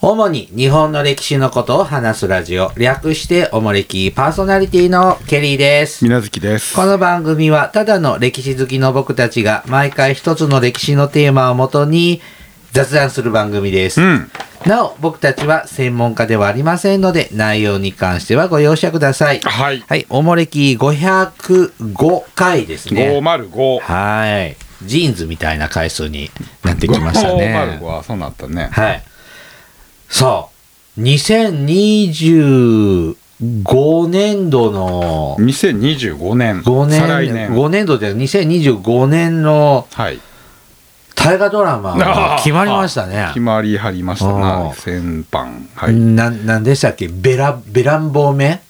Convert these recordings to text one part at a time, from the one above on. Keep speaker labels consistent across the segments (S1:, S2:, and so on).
S1: 主に日本の歴史のことを話すラジオ、略しておもれきパーソナリティのケリーです。
S2: みなずきです。
S1: この番組はただの歴史好きの僕たちが毎回一つの歴史のテーマをもとに雑談する番組です。
S2: うん。
S1: なお、僕たちは専門家ではありませんので、内容に関してはご容赦ください。
S2: はい。
S1: はい、おもれき505回ですね。
S2: 505。
S1: はい。ジーンズみたいな回数になってきましたね
S2: 505。はそうなったね。
S1: はい。そう。2025年度の、
S2: 2025年。
S1: 5年、
S2: 再来年。
S1: 5年度で2025年の
S2: はい。
S1: 大河ドラマが決まりましたね。
S2: 決まりはりました
S1: あ
S2: な
S1: ー。
S2: 先般。はい。
S1: ななんでしたっけベラ、ベランボーメ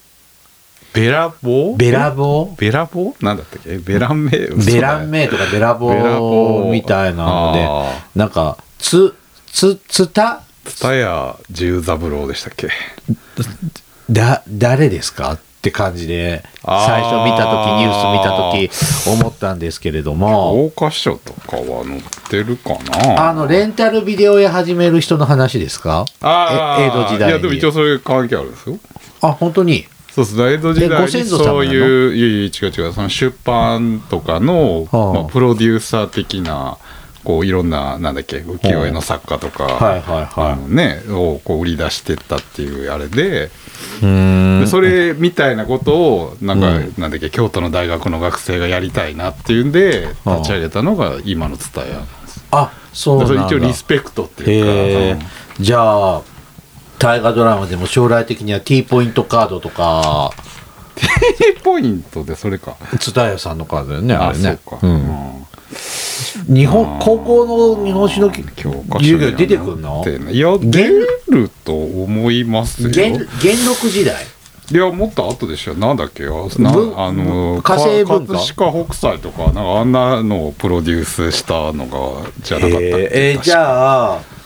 S2: ベラボー
S1: ベラボ
S2: ベラボーなんだったっけベランメ
S1: ーベランメイとかベラボ
S2: ベラボ
S1: ー
S2: ー
S1: みたいなので、
S2: あー
S1: なんか、つ、つ、つた
S2: 蔦屋十三郎でしたっけ
S1: だ、誰ですかって感じで、
S2: あー
S1: 最初見たとき、ニュース見たとき、思ったんですけれども、
S2: 大花賞とかは載ってるかな
S1: あの、レンタルビデオ屋始める人の話ですか
S2: あー
S1: え江戸時代に
S2: いや、でも一応そういう関係あるんですよ。
S1: あ、本当に
S2: そうですね江戸時
S1: えご
S2: 代
S1: 先
S2: に
S1: 祖様なの
S2: そういういやいや違う違うその出版とかの、
S1: はあ
S2: まあ、プロデューサー的なこういろんななんだっけ浮世絵の作家とか、
S1: はいはいはい
S2: あのねをこう売り出してったっていうあれで
S1: うー
S2: で
S1: ん。
S2: それみたいなことをなんか、
S1: うん
S2: なんだっけ京都の大学の学生がやりたいなっていうんで
S1: はあ
S2: 立ち上げたのが今の蔦屋
S1: あ、そうなんだ。
S2: 一応リスペクトってい
S1: へ
S2: う
S1: ー
S2: か。
S1: じゃあ、大河ドラマでも将来的には T ポイントカードとか、
S2: T ポイントでそれか。
S1: 津田屋さんのカードだよね、 あ
S2: あ、
S1: れ
S2: そう
S1: ね。
S2: か。
S1: うん
S2: うん
S1: 日本、高校の日本史のき
S2: 教
S1: 授
S2: 科書には
S1: 業出てくんの
S2: なってないいや出ると思いますよ
S1: 元元禄時代
S2: いやもっと後でしょなんだっけよな
S1: 文
S2: あの
S1: 火星文化
S2: か葛飾北斎とかなんかあんなのをプロデュースしたのがじゃなかったっけ、
S1: えー
S2: 確か
S1: じゃあ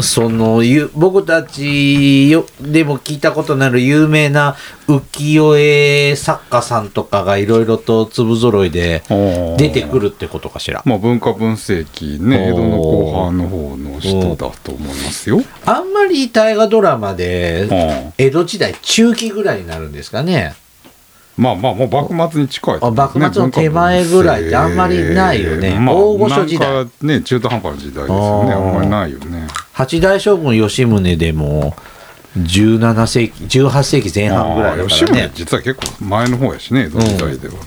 S1: そのゆ僕たちよでも聞いたことのある有名な浮世絵作家さんとかがいろいろと粒揃いで
S2: おー
S1: 出てくるってことかしら
S2: まあ文化分析ね江
S1: おー
S2: 戸の後半の方の人だと思いますよ。
S1: あんまり大河ドラマで
S2: うん
S1: 江戸時代中期ぐらいになるんですかね
S2: まあまあもう幕末に近いですね、
S1: あ幕末の手前ぐらいってあんまりないよね
S2: 文化
S1: 大
S2: 分析
S1: 御所時代
S2: なんかね中途半端な時代ですよね
S1: あ
S2: あ
S1: ー
S2: んまりないよね。
S1: 八代将軍吉宗でも17世紀18世紀前半ぐらい
S2: あ
S1: だ
S2: あ
S1: か
S2: 吉
S1: らね
S2: 宗実は結構前の方やしね江戸時代ではね、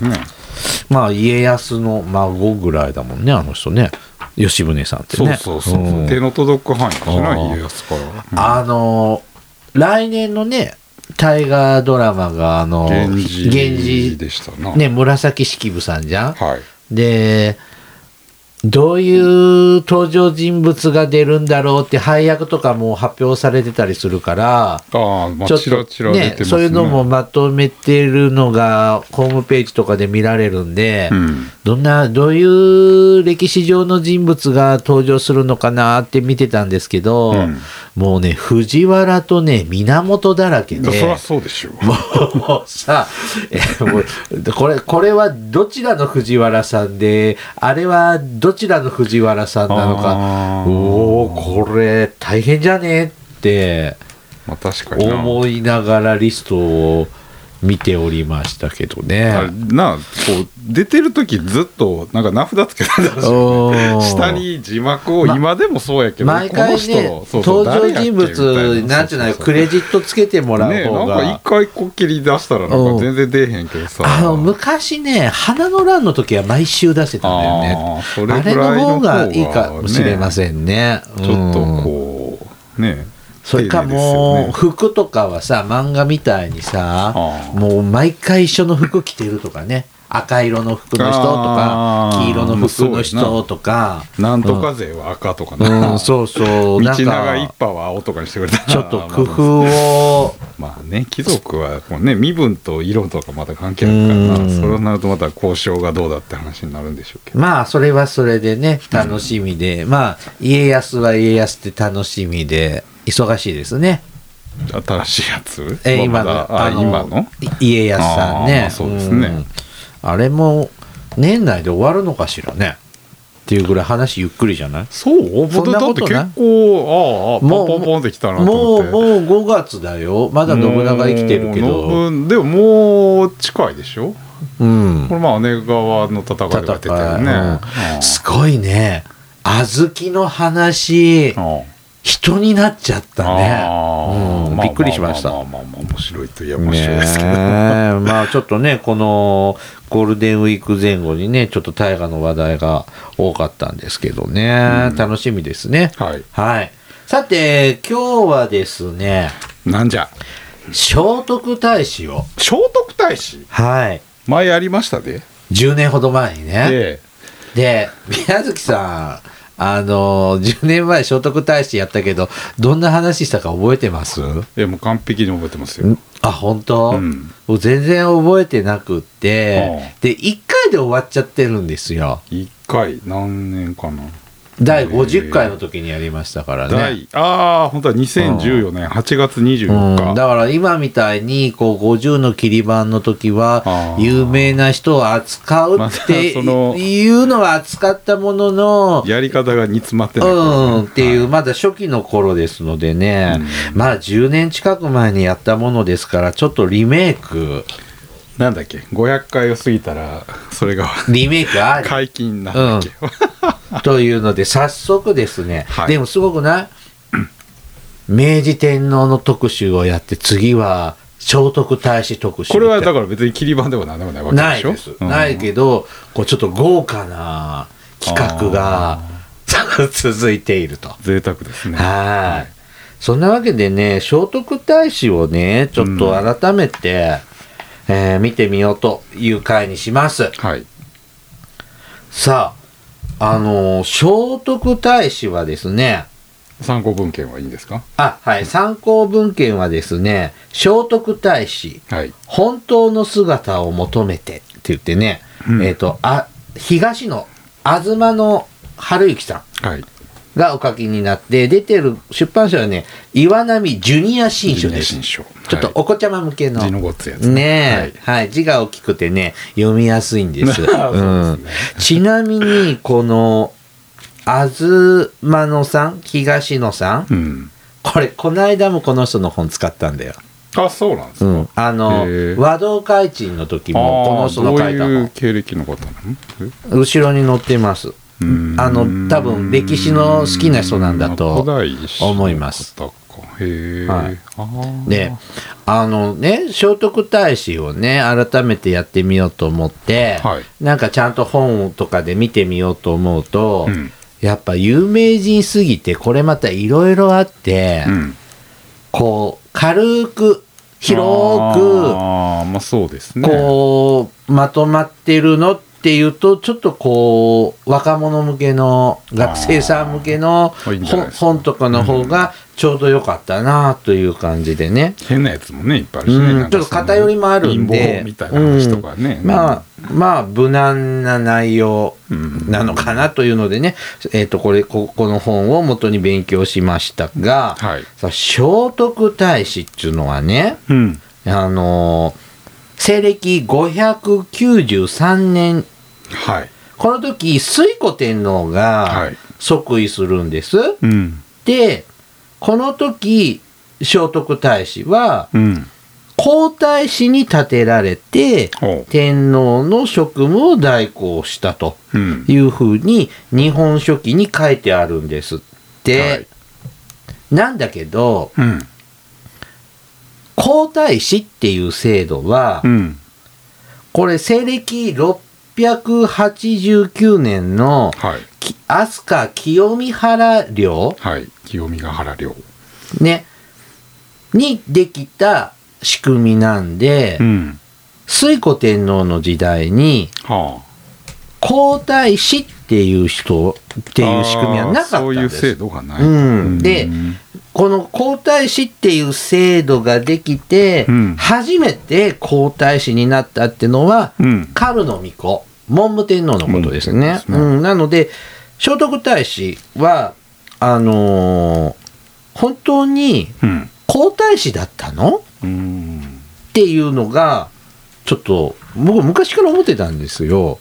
S1: まあ家康の孫ぐらいだもんねあの人ね吉宗さんって
S2: そう
S1: ね
S2: そうそう、
S1: ん
S2: 手の届く範囲かし
S1: ああ
S2: ら家康から、
S1: あのー来年のね大河ドラマがあのー
S2: 源氏
S1: 源氏
S2: でしたな、
S1: ね紫式部さんじゃん、
S2: はい
S1: でどういう登場人物が出るんだろうって配役とかも発表されてたりするから
S2: ああまあ
S1: ちょっ
S2: ちらち
S1: と
S2: ら出て
S1: ね
S2: ますね
S1: そういうのもまとめてるのがホームページとかで見られるんで、
S2: うん
S1: どんな、どういう歴史上の人物が登場するのかなって見てたんですけど、
S2: うん
S1: もうね、藤原とね、源だらけで、
S2: そりゃそうでしょう、
S1: もうさ、えもうこれ、これはどちらの藤原さんで、あれはどちらの藤原さんなのか、
S2: あー
S1: おお、これ大変じゃねって
S2: まあ、確かにな
S1: 思いながらリストを見ておりましたけどね。
S2: あれなあこう出てる時ずっとなんか名札つけてたでしょ
S1: おー
S2: 下に字幕を今でもそうやけど、
S1: 毎回ね
S2: この人そうそう
S1: 登場人
S2: 誰やっけ
S1: 物
S2: みたい
S1: なんちゅうのクレジットつけてもらう
S2: ねえな
S1: 方
S2: んか一
S1: が
S2: 回こっきり出したらなんか全然出えへんけどさ
S1: あの昔ね花の乱の時は毎週出せたんだよ
S2: あ
S1: ね
S2: ーそ
S1: あ
S2: れ
S1: れ
S2: ぐら
S1: の
S2: いの
S1: 方
S2: 方が
S1: がいいかもしれませんねち
S2: ちょっとこうね
S1: それか
S2: 丁寧
S1: もう
S2: ですよね
S1: 服とかはさ漫画みたいにさ
S2: あー
S1: もう毎回一緒の服着てるとかね赤色の服の人とか
S2: あー
S1: 黄色の服の
S2: そうや
S1: 人とか
S2: なんとか勢は赤とかね、
S1: うんそうそう
S2: 道
S1: なん
S2: 長一
S1: か
S2: 派は青とかにしてくれたら
S1: ちょっと工夫を
S2: まあね貴族はこうね身分と色とかまた関係あるから
S1: う
S2: なんそれになるとまた交渉がどうだって話になるんでしょうけど
S1: まあそれはそれでね楽しみで、まあ家康は家康って楽しみで忙しいですね、
S2: 新しいやつ
S1: え
S2: は
S1: 今
S2: まだ
S1: の
S2: あ
S1: あの
S2: 今の
S1: い家康さん
S2: あ
S1: ね
S2: ーそうですね
S1: んあれも年内で終わるのかしらねっていうぐらい話ゆっくりじゃない
S2: そう
S1: そん
S2: 僕
S1: な
S2: だ
S1: こ
S2: って
S1: と
S2: 結
S1: ない
S2: 構ああああポンポンポンってきたなと
S1: も
S2: 思
S1: う
S2: って
S1: もう5月だよまだ信長生きてるけど
S2: もうのでももう近いでしょ
S1: うん
S2: これまあ姉川の戦いが出てる
S1: 戦い
S2: ね、
S1: うんすごいね小豆の話
S2: うん
S1: 人になっちゃったね
S2: あー
S1: うん
S2: まあ
S1: びっくりしました
S2: まあまあまあまあ面白いといえば面
S1: ね
S2: 白いですけど、
S1: えまあちょっとねこのゴールデンウィーク前後にねちょっと大河の話題が多かったんですけどね、
S2: うん
S1: 楽しみですね
S2: はい
S1: はいさて今日はですね
S2: なんじゃ
S1: 聖徳太子を
S2: 聖徳太子
S1: はい
S2: 前やりましたで、
S1: 10年ほど前にね、
S2: え
S1: で宮月さんあの10年前聖徳太子やったけどどんな話したか覚えてます
S2: え、ええもう完璧に覚えてますよ
S1: あ本当、
S2: うん
S1: もう全然覚えてなくって、で1回で終わっちゃってるんですよ
S2: 一回何年かな
S1: 第50回の時にやりましたからね、
S2: 第ああ本当は2014年8月24
S1: う
S2: 日、
S1: ん、だから今みたいにこう50の切り板の時は
S2: あー
S1: 有名な人を扱う
S2: ま
S1: ったて
S2: その
S1: いうのは扱ったものの、
S2: やり方が煮詰まってないからね
S1: うん、っていう、
S2: は
S1: まだ初期の頃ですのでね、まあ10年近く前にやったものですから、ちょっとリメイク、
S2: なんだっけ500回を過ぎたらそれが
S1: リメイクあり
S2: 解禁なんだっけ、
S1: というので、早速ですね、
S2: はい
S1: でもすごくない明治天皇の特集をやって、次は聖徳太子特集。
S2: これはだから別に切り板でも何でもないわけ
S1: ない
S2: でしょ
S1: です。ないけど、こうちょっと豪華な企画が 続いていると。
S2: ど贅沢ですね
S1: はい。そんなわけでね、聖徳太子をね、ちょっと改めて、えー見てみようという回にします。
S2: はい
S1: さあ、あのー聖徳太子はですね、
S2: 参考文献はいいんですか
S1: あ、はい、参考文献はですね、聖徳太子、
S2: はい
S1: 本当の姿を求めてって言ってね、
S2: うん
S1: えっ、と、あ、東の東の春之さん。
S2: はい
S1: がお書きになって、出てる出版社はね、岩波ジュニア新書です。
S2: 新書
S1: ちょっと
S2: は
S1: お子ちゃま向け
S2: い
S1: の。
S2: 字のごっついやつ
S1: ねえ、はい、字が大きくてね、読みやすいん です。うん、ちなみに、この、東野さん、東野さん、
S2: はい、うん
S1: これ、この間もこの人の本使ったんだよ。
S2: あそうなんです
S1: う
S2: か、
S1: ん、あの
S2: へえ、
S1: 和道開珍の時
S2: あ
S1: も、
S2: ー
S1: この人の書いた
S2: どういう
S1: 本、
S2: 経歴の方なの
S1: 後ろに載ってます。
S2: うーん
S1: あの多分歴史の好きな人なんだと
S2: 古代史の方
S1: 思います
S2: かへえ、
S1: はい
S2: あー
S1: で、あのね、聖徳太子をね、改めてやってみようと思って、
S2: はい
S1: なんかちゃんと本とかで見てみようと思うと、
S2: うん
S1: やっぱ有名人すぎて、これまたいろいろあって、
S2: うん、
S1: こう、軽く、広く、
S2: あーまあそうですね
S1: こう、まとまってるのっていうと、ちょっとこう、若者向けの、学生さん向けの
S2: あーいいんじゃない
S1: 本
S2: ですか
S1: 本とかの方がちょうど良かったなという感じでね。
S2: 変なやつもねいっぱいあるしね、
S1: うん
S2: なんか
S1: ちょっと
S2: その
S1: 偏りもあるんで
S2: 陰謀みたいな話とかね、
S1: まあ、まあ、無難な内容
S2: うん
S1: なのかなというのでね、えっ、と、これ、ここの本を元に勉強しましたが、
S2: はい
S1: さ聖徳太子っていうのはね、
S2: うん
S1: あのー西暦593年、
S2: はい
S1: この時、推古天皇
S2: は
S1: が
S2: い
S1: 即位するんです。
S2: うん
S1: で、この時、聖徳太子は、
S2: うん
S1: 皇太子に立てられて、
S2: ほ
S1: 天皇の職務を代行したと
S2: ううん
S1: いうふうに「日本書紀」に書いてあるんですって、
S2: はい
S1: なんだけど
S2: うん
S1: 皇太子っていう制度は、
S2: うん
S1: これ西暦689年の
S2: はい
S1: き飛鳥清見原領、
S2: はい清見ヶ原領
S1: ね、にできた仕組みなんで、
S2: うん
S1: 推古天皇の時代に
S2: はあ
S1: 皇太子っていう人っていう仕組みはなかった
S2: あーそ
S1: ん
S2: うい
S1: で
S2: う
S1: す
S2: 制。度がない、
S1: うんでこの皇太子っていう制度ができて、
S2: うん
S1: 初めて皇太子になったってのは、
S2: うん
S1: カルノミコ、文武天皇のことですね。
S2: 文武天皇ですね
S1: うん、なので、聖徳太子は、あのー本当に
S2: うん
S1: 皇太子だったの
S2: うん
S1: っていうのが、ちょっと、僕昔から思ってたんですよ。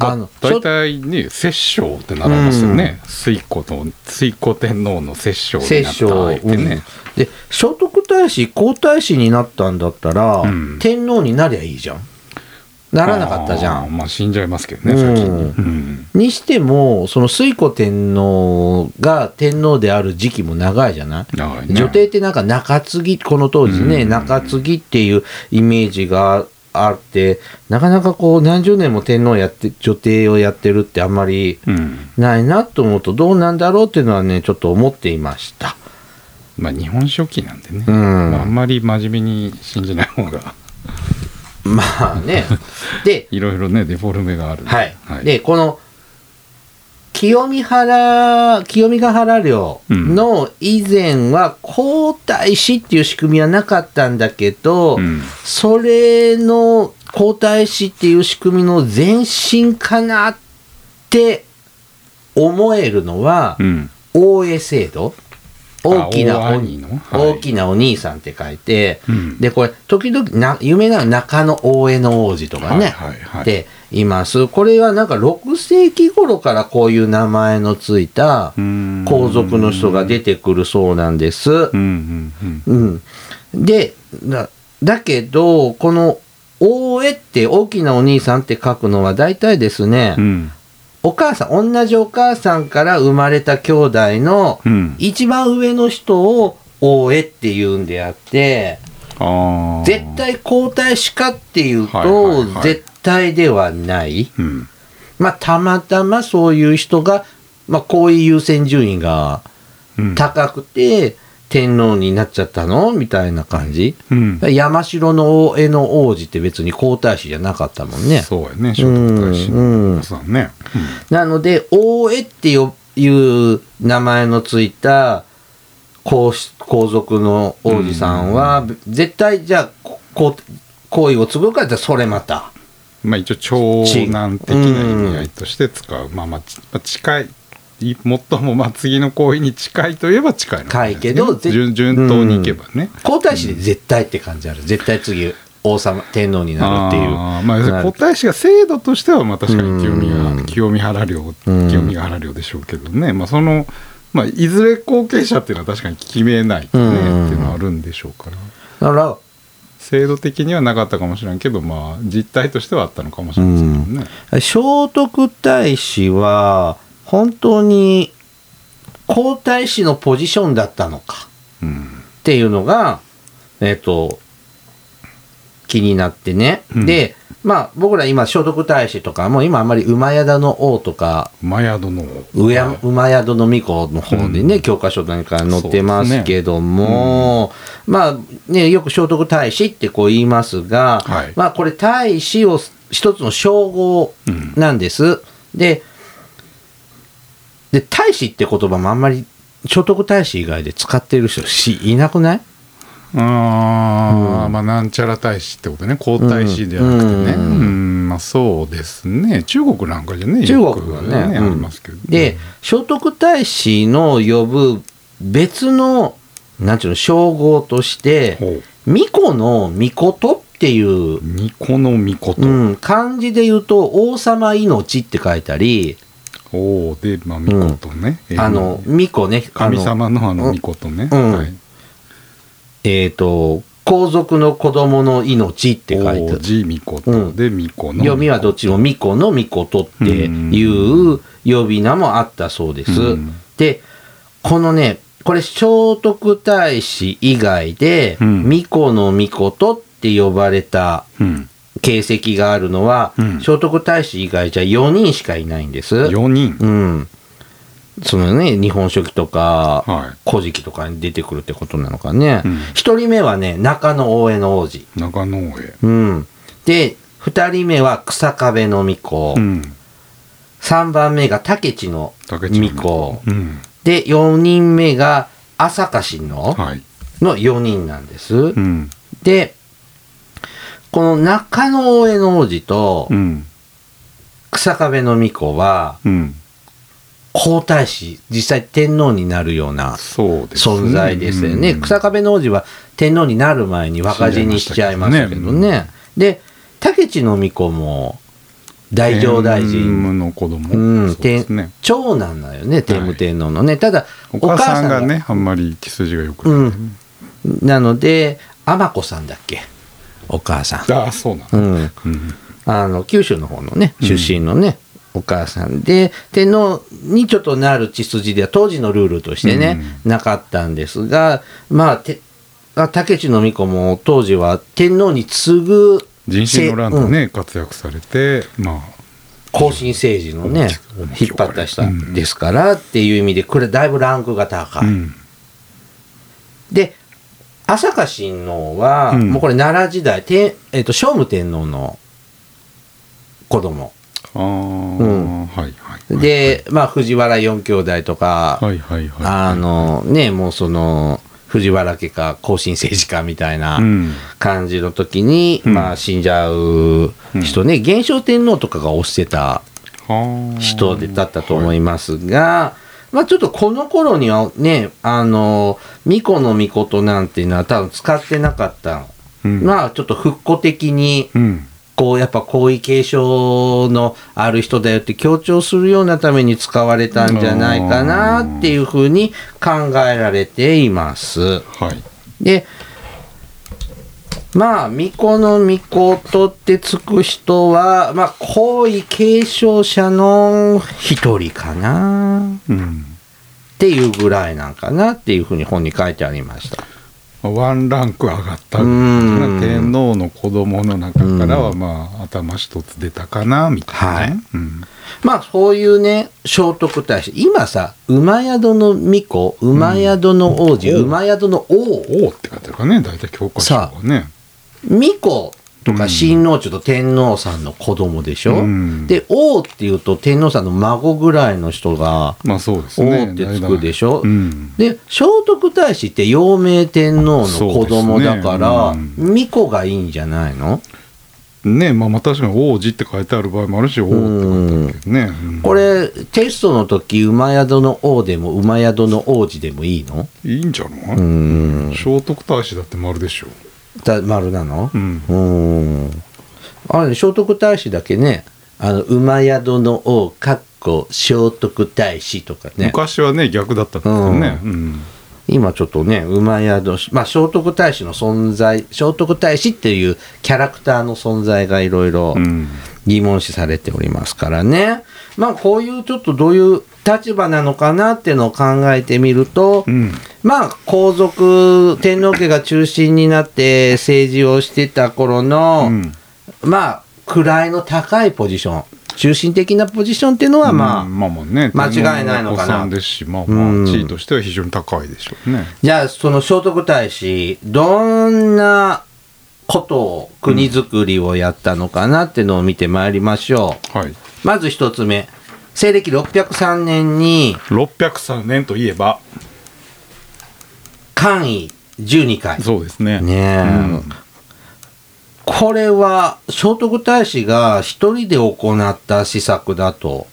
S1: あの
S2: 大体ね摂政ってなりますよね水古の水古天皇の摂政にな
S1: 摂
S2: った
S1: 政を、
S2: 相手ね、
S1: で聖徳太子皇太子になったんだったら、
S2: うん
S1: 天皇になりゃいいじゃんならなかったじゃ
S2: あー
S1: ん
S2: まあ死んじゃいますけどね、
S1: うん
S2: 先に、うん
S1: にしてもその推古天皇が天皇である時期も長いじゃない
S2: 長いね
S1: 女帝ってなんか中継ぎこの当時ね、
S2: うん
S1: 中継ぎっていうイメージがあってなかなかこう何十年も天皇やって女帝をやってるってあんまり
S2: うん
S1: ないなと思うとどうなんだろうっていうのはねちょっと思っていました。
S2: まあ日本書紀なんでね、
S1: うん
S2: まあ、あんまり真面目に信じない方が
S1: まあねで
S2: いろいろねデフォルメがあるんで
S1: はい、
S2: はい、
S1: でこの清見原清見ヶ原領の以前は皇太子っていう仕組みはなかったんだけど、
S2: うん
S1: それの皇太子っていう仕組みの前身かなって思えるのは、
S2: うん、
S1: 大江制度大きな
S2: あ
S1: お
S2: 大兄のはい
S1: 大きなお兄さんって書いて、
S2: うん
S1: でこれ時々な有名なのは中野大江の王子とかね、
S2: はいはいはい
S1: でいますこれはなんか6世紀頃からこういう名前のついた
S2: うん
S1: 皇族の人が出てくるそうなんです。
S2: うんうんうん
S1: うん、でだだけどこの大江って大きなお兄さんって書くのは大体ですね、
S2: うん
S1: お母さん同じお母さんから生まれた兄弟の
S2: うん
S1: 一番上の人を大江って言うんであって
S2: あー
S1: 絶対皇太子かっていうと、
S2: はいはいはい
S1: 絶対ではない
S2: うん
S1: まあたまたまそういう人が、まあ、こういう優先順位が
S2: うん
S1: 高くて天皇になっちゃったのみたいな感じ。
S2: うん
S1: 山城の大江の王子って別に皇太子じゃなかったもんね。
S2: そうやね聖徳太子
S1: うんうん
S2: のさんね、
S1: なので、大江ってよいう名前のついた皇室皇族の王子さんは、絶対じゃあ、ここう皇位を継ぐかってそれまた。
S2: うんまあ一応長男的な意味合いとして使う、まあまあちまあ近いい最もまあ次の行為に近いといえば近いのかもしれな
S1: 近いけど
S2: です
S1: ぜ
S2: ね順順当にいけばね、
S1: 皇太子で絶対って感じある。絶対次、王様、天皇になるっていう。
S2: あーまあ、
S1: なる
S2: 皇太子が制度としては、まあ、確かに清見が、
S1: うん
S2: 清見原領、
S1: うん
S2: 清見原領でしょうけどね、まあ、その、まあ、いずれ後継者っていうのは確かに決めないとね、
S1: うん
S2: っていうのはあるんでしょうから、
S1: だから、
S2: 制度的にはなかったかもしれんけど、まあ、実態としてはあったのかもしれませんけどね。
S1: 聖徳太子は、本当に皇太子のポジションだったのか。
S2: うん
S1: っていうのが、えっ、と、気になってね。
S2: うん
S1: で、まあ僕ら今、聖徳太子とか、もう今あんまり馬宿の王とか、
S2: 馬宿の、
S1: 上山馬宿の巫女の方でね、教科書なんか載ってますけども、まあね、よく聖徳太子ってこう言いますが、
S2: はい
S1: まあこれ太子を一つの称号なんです。で、で、太子って言葉もあんまり聖徳太子以外で使ってる人しいなくない
S2: あー
S1: うん
S2: まあなんちゃら大使ってことね皇太子ではなくてね、
S1: う
S2: うんんまあ、そうですね中国なんかじゃね
S1: 中
S2: よく
S1: 国はね
S2: ね
S1: うん
S2: ありますけど、
S1: で、聖徳太子の呼ぶ別の、なんていうの、称号として、
S2: ほう
S1: 巫女の巫女っていう、
S2: 巫女の巫女と、
S1: うん、漢字で言うと、王様命って書いたり、
S2: おおで、まあ、巫女とね、えー
S1: あの、巫女ね、あ
S2: 神
S1: の、
S2: 様のあの巫女とね、
S1: うん
S2: はい、
S1: えっ、と、皇族の子供の命って書いてあ
S2: 王
S1: る。
S2: 子巫女と、
S1: うん
S2: で巫女の
S1: 読みはどっ
S2: ち
S1: ちも巫女の巫女とっていう呼び名もあったそうです。
S2: うん
S1: で、このね、これ聖徳太子以外で、
S2: うん
S1: 巫女の巫女とって呼ばれた
S2: うん、
S1: 形跡があるのは、
S2: うん
S1: 聖徳太子以外じゃ4人しかいないんです。
S2: 4人、
S1: うん。そのね、日本書紀とか、
S2: は
S1: 古事記とかに出てくるってことなのかね
S2: うん。
S1: 一、人目はね、中野大江の王子。
S2: い中野へ、
S1: うん。で、二人目は草壁の巫女。
S2: うん、
S1: 三番目が竹地の
S2: 竹地の
S1: 巫女。
S2: うん
S1: で、四人目が朝霞の、
S2: はい、
S1: の四人なんです。
S2: うん
S1: で、この中野大江の王子と
S2: うん
S1: 草壁の巫女は、
S2: うん、
S1: 皇太子、実際天皇になるような
S2: そうですね
S1: 存在ですよね。
S2: うん
S1: 草壁の王子は天皇になる前に若字にしちゃいましたけど
S2: 死んじゃいま
S1: ね。で、竹地の巫女も大乗大臣。
S2: 天の子供、
S1: うん、
S2: そうですね
S1: 天長男なんよね、天武天皇のね。ただ、
S2: お母さんが
S1: お母
S2: ねあんまり血筋がよく
S1: う
S2: ない、
S1: ん。なので、天子さんだっけお母さん。
S2: ああそうな
S1: う
S2: の、
S1: ん。
S2: うん
S1: あの、九州の方のね、出身のね、お母さんで、天皇にちょっとなる血筋では当時のルールとしてね、なかったんですが、まあ、てあ竹内の御子も当時は天皇に次ぐ
S2: 人心の乱で
S1: せうん
S2: ね、活躍されてまあ
S1: 後進政治のね
S2: うん、
S1: 引っ張った人ですからっていう意味で、これだいぶランクが高い。
S2: うん
S1: で朝霞親王は、
S2: うん
S1: もうこれ奈良時代天、えっと聖武天皇の子供
S2: ああ、
S1: うん
S2: はいはい
S1: で、まあ藤原四兄弟とか、
S2: はいはいはい
S1: あのねもうその藤原家か後進政治家みたいな
S2: うん
S1: 感じの時に、
S2: うん
S1: まあ死んじゃう人ね、元正天皇とかが推してた
S2: はあ
S1: 人でだったと思いますが、まあちょっとこの頃にはね、あの、巫女の巫女なんていうのは多分使ってなかった。
S2: うん
S1: まあちょっと復古的に、
S2: うん
S1: こうやっぱ皇位継承のある人だよって強調するようなために使われたんじゃないかなっていうふうに考えられています。
S2: はい
S1: で、まあ、巫女の巫女とってつく人は、まあ、皇位継承者の一人かな
S2: うん
S1: っていうぐらいなんかなっていうふうに本に書いてありました。
S2: ワンランク上がった
S1: うん
S2: 天皇の子供の中からはまあ頭一つ出たかなみたいなね、うん
S1: まあ、そういうね、聖徳太子。今さ、馬宿の巫女、馬宿の王子、
S2: うん
S1: 馬宿の王、
S2: 王って書いてあるからね大体教科書はね
S1: 巫女とか親王女と天皇さんの子供でしょ、
S2: うん
S1: で、王っていうと天皇さんの孫ぐらいの人が、
S2: まあそうですね
S1: 王ってつくでしょ
S2: うん
S1: で聖徳太子って陽明天皇の子供だから、
S2: そうです
S1: 巫女がいいんじゃないの
S2: ねまあまあ確かに王子って書いてある場合もあるし王って書いてあるけどね、うん
S1: これテストの時馬宿の王でも馬宿の王子でもいいの
S2: いいんじゃない、
S1: うん
S2: 聖徳太子だって丸でしょ
S1: だ丸なの
S2: うん
S1: うんあれね聖徳太子だけねあの馬宿の王かっこ聖徳太子とかね
S2: 昔はね逆だったんですよね、うん
S1: 今ちょっとね馬宿まあ聖徳太子の存在聖徳太子っていうキャラクターの存在がいろいろ
S2: うん
S1: 疑問視されておりますからね。まあこういうちょっとどういう立場なのかなっていうのを考えてみると、
S2: うん
S1: まあ皇族、天皇家が中心になって政治をしてた頃の、
S2: うん
S1: まあ位の高いポジション、中心的なポジションっていうのはまあ、
S2: うんまあまあね
S1: 間違いないのかな
S2: 天皇お子さんですしまあま
S1: うん
S2: あ地位としては非常に高いでしょうね、
S1: じゃあその聖徳太子、どんなことを国づくりをやったのかなっていうのを見てまいりましょう。
S2: はい
S1: まず一つ目。西暦603年に、
S2: 603年といえば
S1: 官位12回。
S2: そうですね
S1: ねえ、
S2: うん
S1: これは、聖徳太子が一人で行った施策だ と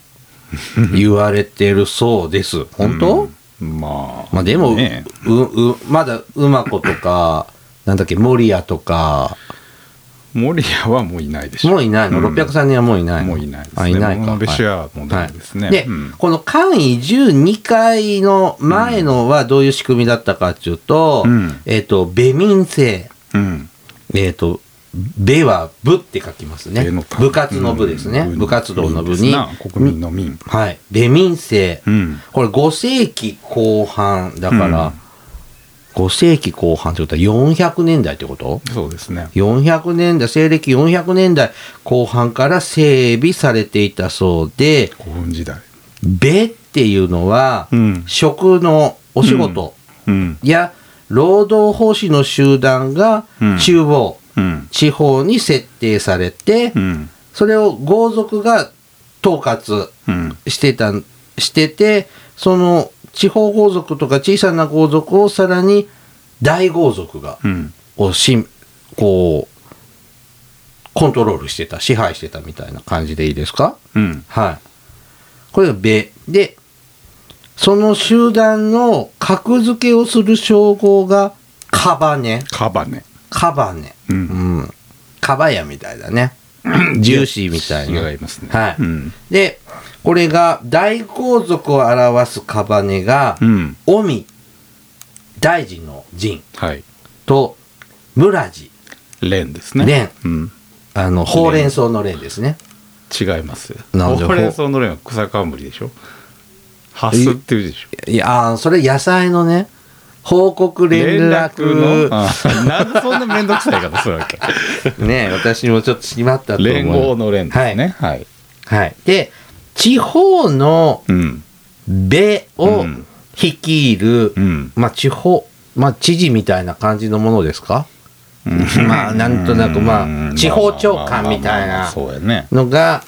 S1: 言われてるそうです。本当、
S2: うんまあ
S1: まあでも、
S2: ね
S1: ううまだ馬子とか、なんだっけ、守谷とか、
S2: 守谷はもういないでしょ
S1: もういないの、
S2: ん
S1: ?603 年はもういないの
S2: もういないですね
S1: あ、いないか。
S2: 物部シェアもダメですね
S1: はいで、
S2: うん
S1: この簡易12回の前のはどういう仕組みだったかっていうと、
S2: うん
S1: えっ、と、ベ民制。
S2: うん
S1: えっ、と、部は部って書きますね
S2: 芸能。界
S1: 部活の部ですね。
S2: うん
S1: 部活動の部
S2: 民
S1: に。
S2: ですな国民の民
S1: はい。ベ民制。
S2: うん
S1: これ5世紀後半だから、
S2: うん
S1: 5世紀後半ってことは400年代ってこと
S2: そうですね
S1: 400年代、西暦400年代後半から整備されていたそうで、
S2: 古墳時代
S1: べっていうのは、
S2: うん
S1: 職のお仕事
S2: うん
S1: や労働奉仕の集団が
S2: うん
S1: 中央、
S2: うん
S1: 地方に設定されて、
S2: うん
S1: それを豪族が統括
S2: うん
S1: してた、してて、その地方豪族とか小さな豪族をさらに大豪族が
S2: うん
S1: をしんこうコントロールしてた支配してたみたいな感じでいいですか
S2: うん
S1: はいこれが米でその集団の格付けをする称号がカバネ
S2: カバネ
S1: カバネ
S2: う
S1: うんんカバヤみたいだねジューシーみたいな。
S2: 違いますね
S1: はい。
S2: うん
S1: で、これが、大皇族を表すカバネが、
S2: うん
S1: オミ、大臣の陣
S2: はい
S1: と、村地、
S2: 蓮ですね
S1: 蓮
S2: うん、
S1: あの、ほうれん草の蓮ですね。
S2: 違います
S1: なんで
S2: ほうれん草の蓮は草冠でしょハスっていうでしょ
S1: いや、あーそれ野菜のね、報告連絡、
S2: あなんでそんな面倒くさい言い方するわけ
S1: ね、私もちょっとしまったと思う。
S2: 連合の連ですねはい、
S1: はい。で、地方の
S2: うん
S1: 米
S2: う
S1: を
S2: ん
S1: 率いる、
S2: うん
S1: まあ地方、まあ知事みたいな感じのものですかまあなんとなくまあ地方長官みたいな
S2: そうやね
S1: のが、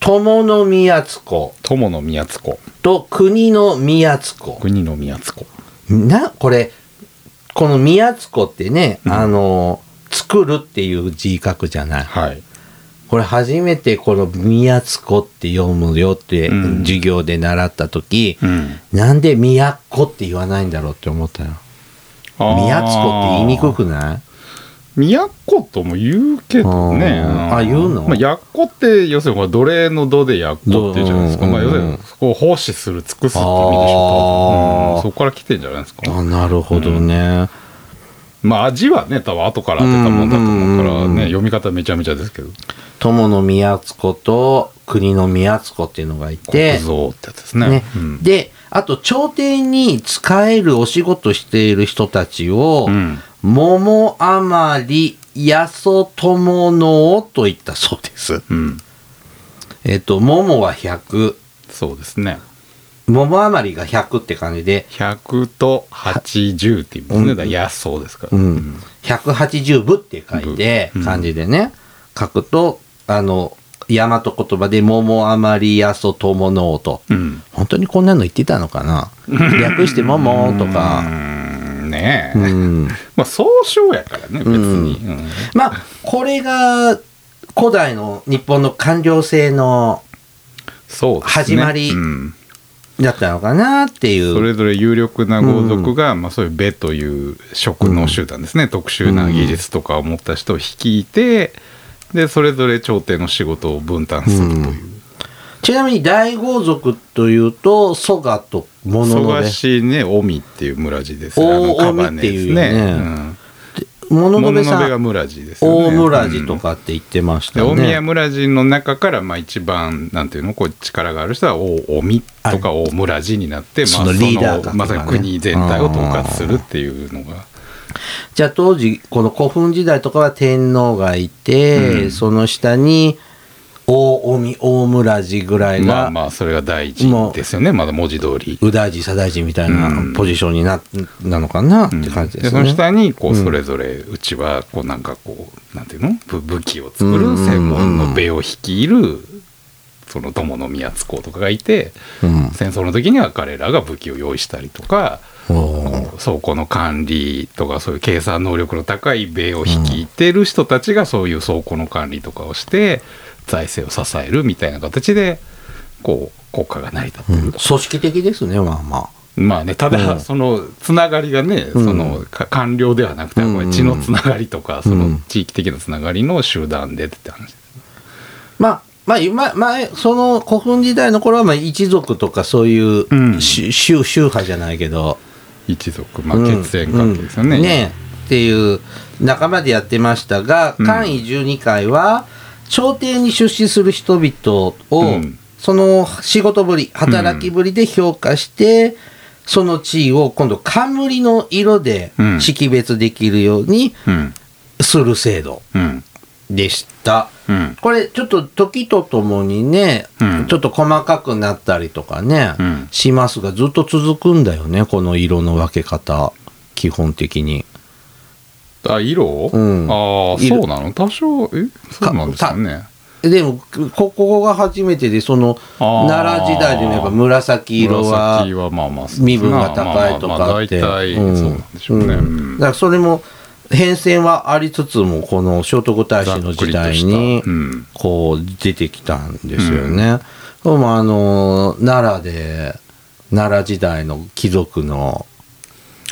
S1: 友の宮津子
S2: 友の宮津子
S1: と国の宮津子。
S2: 国の宮津子
S1: な、これ、この宮津子ってね、あの、作るっていう字書くじゃない。
S2: はい
S1: これ初めてこの宮津子って読むよって
S2: うん
S1: 授業で習った時、
S2: ん
S1: なんで宮古って言わないんだろうって思ったよ。宮津子って言いにくくない
S2: 宮古とも言うけどね。
S1: うんあ言うの
S2: まあ、やっこって、要するにほら奴隷の奴でやっこっていうじゃないですか。
S1: うんうん
S2: まあ、
S1: うん
S2: 要するに、そこを奉仕する、尽くすって意味でしょ、多分
S1: あー
S2: うんそこから来てんじゃないですか。
S1: あ、なるほどね。
S2: まあ、味はね、多分後から当てたもんだと思うからね、
S1: うんうんうんうん
S2: 読み方めちゃめちゃですけど。
S1: 友の宮津子と国の宮津子っていうのがいて
S2: 国、蔵ってやつですね。
S1: ね
S2: うん
S1: で、あと朝廷に仕えるお仕事している人たちを、
S2: うん
S1: 桃あまりやそとものをと言ったそうです。
S2: うん。
S1: えっと、桃は100、
S2: そうですね。
S1: 桃あまりが100って感じで、
S2: 100と80っていうですね。だから野草ですから。
S1: うん、180部って書いて、
S2: 部うん
S1: 漢字でね、書くと、あの、大和言葉で、桃あまりやそとものをと。
S2: うん。
S1: 本当にこんなの言ってたのかな略して桃とか。
S2: うんねえ。
S1: うん
S2: まあ、総称やからね、別に。
S1: う
S2: うん
S1: まあ、これが古代の日本の官僚制の
S2: そうですね。
S1: 始まり
S2: うん
S1: だったのかなっていう。
S2: それぞれ有力な豪族が、まあ、そういうベという職能集団ですね、特殊な技術とかを持った人を率いてでそれぞれ朝廷の仕事を分担するという、
S1: ちなみに大豪族というと、蘇我と物の
S2: 忙
S1: べ。
S2: しいね近江っていう村地ですねあ
S1: 大近
S2: の
S1: 江
S2: カバネで
S1: っ
S2: す
S1: ていうね
S2: う
S1: 物
S2: ん、
S1: の
S2: 物
S1: べ
S2: の
S1: さ
S2: べが
S1: ん、
S2: 村地ですよね
S1: 大村寺と
S2: うん
S1: かって言ってまし
S2: で
S1: た
S2: 近江や
S1: ね。
S2: 村地の中から、まあ、一番なんていうのこう力がある人は大近江とか大村地になって、まあ、
S1: そのリーダー格がね
S2: まさに国全体を統括するっていうのが。
S1: じゃあ当時、この古墳時代とかは天皇がいて、
S2: うん
S1: その下に大臣、大村寺ぐらい
S2: まあ
S1: が、
S2: まあそれが第一ですよねまだ文字通り、
S1: 右大寺、左大寺みたいな
S2: うん
S1: ポジションにな,、なのかなって感じ
S2: で
S1: です
S2: その
S1: ね。
S2: 下にこう
S1: うん
S2: それぞれうちはこうなんかこうなんていうのぶ武器を作る専門の米を率いるその友の宮津公とかがいて
S1: うん
S2: 戦争の時には彼らが武器を用意したりとか
S1: おー
S2: 倉庫の管理とかそういう計算能力の高い米を率いてる人たちがそういう倉庫の管理とかをして財政を支えるみたいな形でこう国家が成り立って
S1: う
S2: る
S1: ん組織的ですね、まあまあ。
S2: まあね、ただ、
S1: うん
S2: そのつながりがね、
S1: うん
S2: そのか官僚ではなくて、
S1: うん
S2: これ血のつながりとか、そうの
S1: ん
S2: 地域的なつながりの集団でって話です。
S1: まあ、まあ、今、前、その古墳時代の頃は、まあ、一族とかそういう、
S2: うん
S1: し宗、宗派じゃないけど、
S2: 一族、まあ、
S1: うん
S2: 血縁関係ですよね。
S1: うんねえっていう仲間でやってましたが、
S2: うん
S1: 官位12回は、朝廷に出資する人々を、
S2: うん
S1: その仕事ぶり、働きぶりで評価して、その地位を今度、冠の色で
S2: うん
S1: 識別できるように
S2: うん、
S1: する制度
S2: うん、
S1: でした。
S2: うん、
S1: これちょっと時とともにね、
S2: うん
S1: ちょっと細かくなったりとかね、
S2: うん
S1: しますがずっと続くんだよねこの色の分け方基本的に。
S2: あ、色、
S1: うん
S2: ああ、
S1: 色
S2: そうなの多少、えそうなんですかね。
S1: でもこここが初めてでその
S2: あー
S1: 奈良時代でもやっぱ紫色は
S2: 紫はまあまあ、
S1: 身分が高いと
S2: まあまあま
S1: か
S2: あ
S1: って。
S2: 大体、
S1: うん
S2: そうなんでしょうね。
S1: うんだからそれも変遷はありつつもこの聖徳太子の時代に
S2: ざっくりとしたうん
S1: こう出てきたんですよね。でもあの奈良で奈良時代の貴族の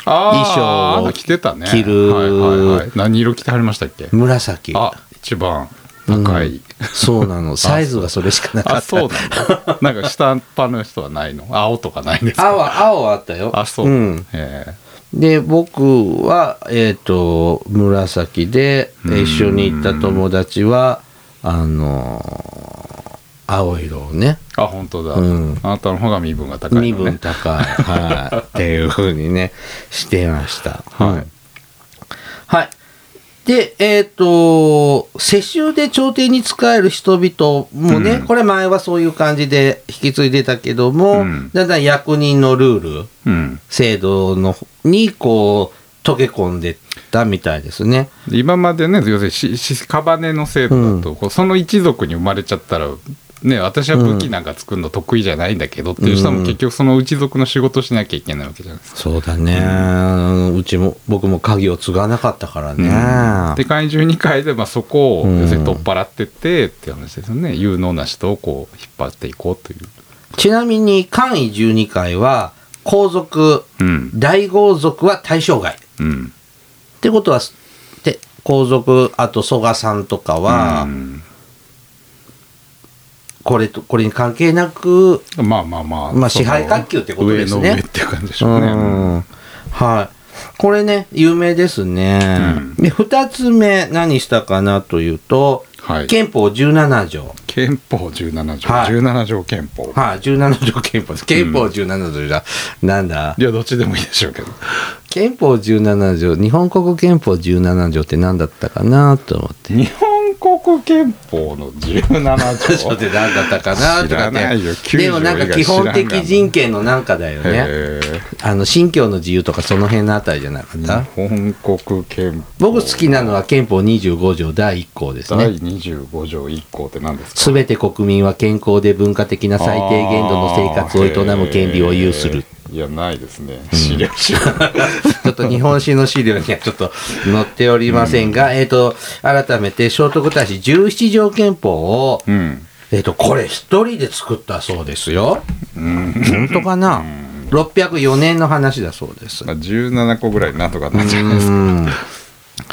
S2: あ
S1: 衣
S2: ー
S1: 装を
S2: 着てたね。
S1: 着る
S2: はいはいはい。何色着てはりましたっけ
S1: 紫
S2: あ、一番。高い、
S1: うんそうなの。サイズがそれしかなか
S2: あ
S1: った。
S2: そうなんだなんか下っ端の人はないの青とかないんですか
S1: 青は、青はあったよ。
S2: あそう、
S1: ん。
S2: ええ
S1: で、僕は、えっ、と、紫で、
S2: うん
S1: 一緒に行った友達は、あのー青色をね、
S2: あ本当だ、
S1: うん
S2: あなたの方が身分が高い
S1: 身
S2: のね
S1: 分高い、 はい、っていうふうにね、してました。
S2: はい
S1: うんはい。で、えっ、と、世襲で朝廷に仕える人々もね、
S2: うん
S1: これ前はそういう感じで引き継いでたけども、
S2: うん
S1: だんだん役人のルール、
S2: うん
S1: 制度のにこう溶け込んでったみたいですね。
S2: 今までね要するにしし屍の制度だと、こうその一族に生まれちゃったらね私は武器なんか作るの得意じゃないんだけどっていう人はもう
S1: うん
S2: 結局その一族の仕事しなきゃいけないわけじゃないですか。
S1: そうだね、うちも僕も鍵を継がなかったからね。
S2: で怪獣に変えればそこを
S1: うん
S2: 要するに取っ払ってってっていう話ですよね有能な人をこう引っ張っていこうという。
S1: ちなみに簡位12回は皇族
S2: うん
S1: 大豪族は対象外。
S2: うん
S1: ってことはで皇族あと蘇我さんとかは、
S2: うん
S1: これとこれに関係なく
S2: まあまあま
S1: まあ
S2: あ、その
S1: 支配階級ってことですね
S2: 上の上っていう感じでしょうね。
S1: うんはい。これね、有名ですね。
S2: う
S1: で、二つ目、何したかなというと、
S2: はい
S1: 憲法17条。
S2: 憲法17条、
S1: はい
S2: 17条憲法、
S1: はい、17条憲法です。憲法17条だ。なんだ
S2: い、やどっちでもいいでしょうけど
S1: 憲法17条、日本国憲法17条って何だったかなと思って。
S2: 日本国憲法の17
S1: 17条
S2: 条
S1: って何だったかなとか
S2: 知らない
S1: ね
S2: よ。
S1: でもなんか基本
S2: 90以外知らんが
S1: 的
S2: な
S1: 人権のなんかだよね。
S2: え
S1: あの、信教の自由とかその辺のあたりじゃなかっ
S2: ー
S1: た
S2: 日本国憲法
S1: 僕好きなのは憲法25条第1項ですね
S2: 第。25条1項って何ですか
S1: すべて国民は健康で文化的な最低限度の生活を営む権利を有する。
S2: あーへーいやないですね資料 資料は
S1: ちょっと日本史の資料にはちょっと載っておりませんが、えっ、と、改めて聖徳太子17条憲法を、
S2: うん
S1: えっ、と、これ一人で作ったそうですよ。本当かな、?604 年の話だそうです。
S2: まあ17個ぐらいなんとかなっちゃいます
S1: う
S2: か
S1: ん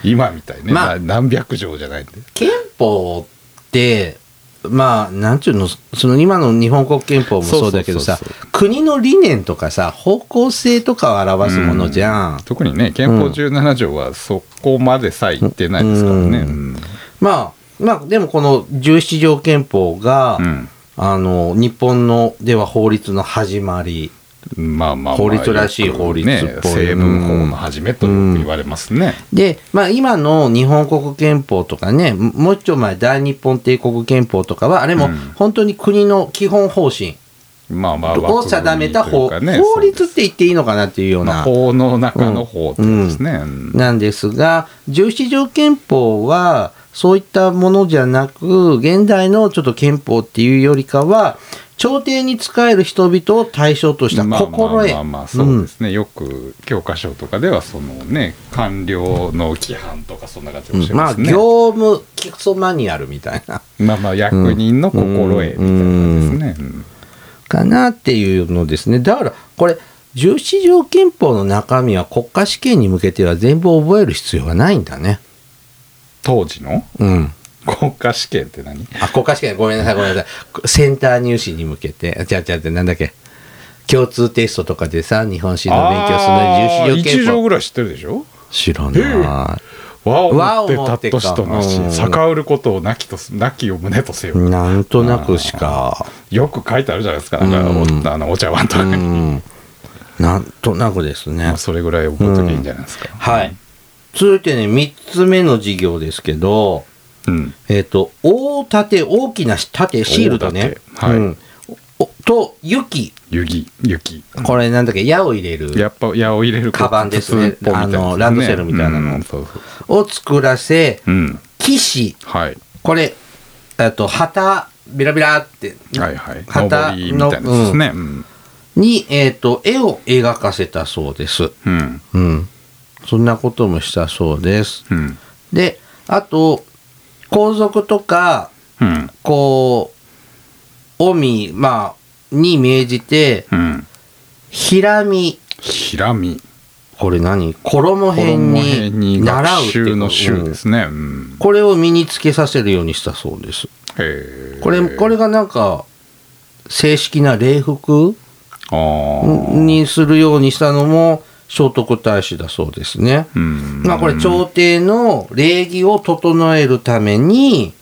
S2: 今みたいね、
S1: まあ
S2: まあ、何百条じゃないんで
S1: 憲法って、まあ、なんちゅうの、その今の日本国憲法もそうだけどさ
S2: そうそう、
S1: 国の理念とかさ、方向性とかを表すものじゃん。
S2: 特にね憲法17条はそこまでさえ言ってないですからね
S1: う
S2: うん
S1: まあ、まあ、でもこの17条憲法が、あの、日本のでは法律の始まり。
S2: うんまあまあまあ
S1: 法律らしい法律っぽい
S2: よくね成文法の始めとよく言われますね、
S1: で、まあ今の日本国憲法とかね、ももう一丁前大日本帝国憲法とかは、あれも
S2: うん
S1: 本当に国の基本方針
S2: まあまあ
S1: を定めた法、
S2: 枠組みというかね
S1: 法律って言っていいのかなっていうよ
S2: そ
S1: う
S2: うま
S1: な。
S2: あ法の中の法ってことですね、うん
S1: なんですが、17条憲法は、そういったものじゃなく、現代のちょっと憲法っていうよりかは、朝廷に仕える人々を対象とした
S2: まあ
S1: 心得。
S2: まあまあまあそうですね、よく教科書とかではそのね官僚の規範とかそんな感じ
S1: う
S2: を
S1: ん
S2: して
S1: ま
S2: ま
S1: あ、
S2: すね、
S1: 業務基礎マニュアルみたいな、
S2: まあまあ役人の心得みたいなですね、うん
S1: かなっていうのですね。だから、これ、17条憲法の中身は国家試験に向けては全部覚える必要がないんだね。
S2: 当時の
S1: うん。
S2: 国家試験って何
S1: あ、国家試験、ごめんなさい、ごめんなさい。センター入試に向けて、じゃあ、じゃあ、なんだっけ。共通テストとかでさ、日本史の勉強するのに、重視
S2: 1
S1: 条
S2: 条
S1: 件
S2: ぐらい知ってるでしょ
S1: 知らな
S2: 和
S1: 和
S2: を
S1: を
S2: 持
S1: も
S2: っ
S1: っててか
S2: たっとしとなし
S1: うん
S2: 逆うることをなきとすなきを胸とせよ、
S1: い。なんとなくしか、
S2: よく書いてあるじゃないですかなんかお,、
S1: うん
S2: あのお茶碗とか
S1: う
S2: に、
S1: ん。なんとなくですね
S2: まあ、。 それぐらい覚えときゃいいんじゃないですか、
S1: はい。続いてね、三つ目の授業ですけど、
S2: うん
S1: えっ、と、大盾、大きな盾、シールドね。
S2: 大盾はい
S1: うんおと、雪。
S2: 雪雪
S1: これなんだっけ、矢を入れる。
S2: やっぱ矢を入れる
S1: カバンですね
S2: 筒っぽいみたいなや
S1: あ
S2: つ
S1: のランドセルみたいなの
S2: うんそうそう
S1: を作らせ、
S2: うん
S1: 騎士、
S2: はい
S1: これ、えっと、旗、ビラビラって、
S2: はいはい
S1: 旗
S2: 登りみたいなやつですねうん、
S1: に、えっと、絵を描かせたそうです。
S2: うん
S1: うん。そんなこともしたそうです。
S2: うん
S1: で、あと、皇族とか、
S2: うん
S1: こう、臣、まあ、に命じて、
S2: うん
S1: ひらみ、
S2: ひらみ
S1: これ何衣
S2: 子供
S1: 編
S2: 編に
S1: に習う
S2: 学
S1: っていう
S2: 習の
S1: う
S2: 週
S1: ん
S2: ですね。うん。
S1: これを身につけさせるようにしたそうです
S2: へえ
S1: これこれがなんか正式な礼服
S2: あー
S1: にするようにしたのも聖徳太子だそうですね。
S2: うん。
S1: まあこれ朝廷の礼儀を整えるために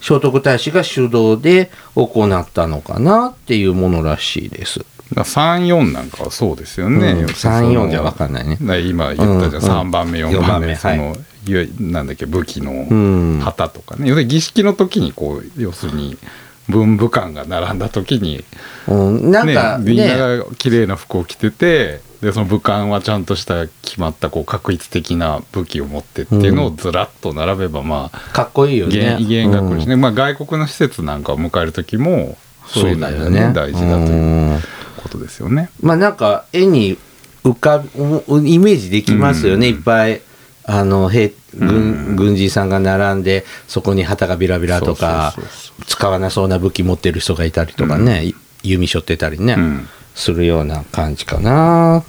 S1: 聖徳太子が主導で行ったのかなっていうものらしいです。
S2: 34なんかはそうですよ
S1: う
S2: ね
S1: ん、34じゃ分かんないね
S2: だから今言ったじゃん、
S1: うんうん
S2: 3番目
S1: うん
S2: 4番目
S1: 四番目
S2: その、いわゆるなんだっけ武器
S1: ん
S2: の旗とかね、要するに儀式の時にこう要するに文武官が並んだ時に、
S1: うん、なんか
S2: ね、みんな
S1: ね、
S2: が綺麗な服を着ててでその武官はちゃんとした決まったこう確一的な武器を持ってっていうのをずらっと並べばまあ、
S1: かっこいいよね。
S2: 厳厳格です
S1: うん
S2: ね、まあ、外国の施設なんかを迎える時もそ
S1: そ
S2: うい
S1: うう
S2: の
S1: だ
S2: が
S1: よ
S2: ね
S1: ね。
S2: 大事だという
S1: うん
S2: ことですよね。
S1: まあなんか絵に浮かぶイメージできますよね、
S2: うん
S1: いっぱいあの兵軍,、
S2: うん
S1: 軍人さんが並んでそこに旗がビラビラとか
S2: そうそうそう
S1: 使わなそうな武器持ってる人がいたりとかね、い弓背負ってたりね、
S2: うん
S1: するような感じかな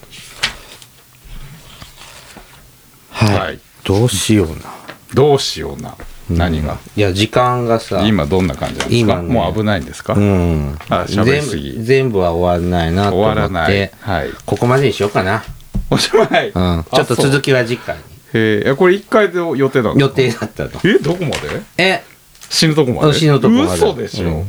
S1: はい、
S2: はい
S1: どうしような
S2: どうしような何が、
S1: いや時間がさ
S2: 今どんな感じなんですか、
S1: 今ね
S2: もう危ないんですか、
S1: うん
S2: あ喋りすぎ
S1: 全部全部は終わらないなと
S2: 終
S1: 思
S2: わ
S1: って
S2: らないはい
S1: ここまでにしようかな
S2: おしまい、
S1: うん、ちょっと続
S2: き
S1: きは次回
S2: えー、これ一回で予定なの
S1: に予定だったの。
S2: えどこまで
S1: え、
S2: 死ぬとこまで
S1: 死ぬとこまで
S2: 嘘でしょ、
S1: うん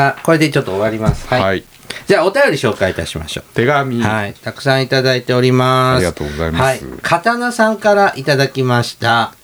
S1: あ、これでちょっと終わります。は。
S2: はいい、
S1: じゃあ、お便り紹介いたしましょ
S2: 手
S1: う。
S2: 紙、
S1: はい。たくさんいただいております。
S2: ありがとうございます
S1: はい。刀さんからいただきました。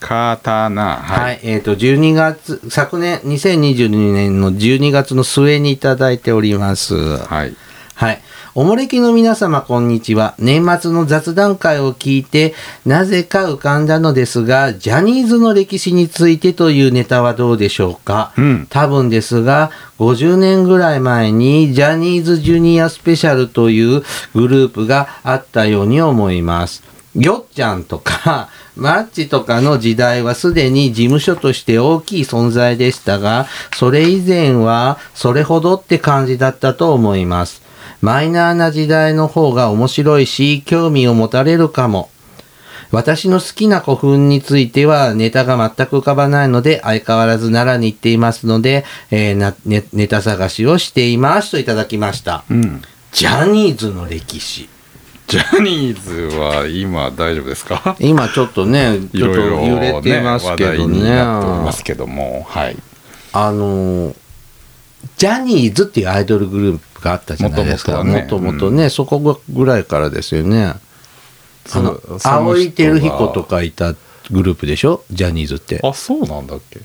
S2: 刀
S1: はい、
S2: はい、
S1: えっ、と、12月、昨年、2022年の12月の末にいただいております。
S2: はい、
S1: はい。おもれきの皆様、こんにちは。年末の雑談会を聞いて、なぜか浮かんだのですが、ジャニーズの歴史についてというネタはどうでしょうか、
S2: うん
S1: 多分ですが、50年ぐらい前に、ジャニーズジュニアスペシャルというグループがあったように思います。よっちゃんとか、 マッチとかの時代はすでに事務所として大きい存在でしたが、それ以前はそれほどって感じだったと思います。マイナーな時代の方が面白いし、興味を持たれるかも。私の好きな古墳についてはネタが全く浮かばないので相変わらず奈良に行っていますので、えーなネネタ探しをしていますといただきました。
S2: うん、
S1: ジャニーズの歴史。
S2: ジャニーズは今大丈夫ですか
S1: 今ちょっとね、ちょっと揺れてますけ
S2: いろ
S1: ど
S2: いろね話題に
S1: ね。
S2: なっておりますけどもはい
S1: あのージャニーズっていうアイドルグループがあったじゃないですか。も
S2: 元
S1: と
S2: 々はね
S1: もとね、そこぐらいからですよね。あの
S2: そ、その人は
S1: 青井輝彦とかいたグループでしょジャニーズって。
S2: あそうなんだっけ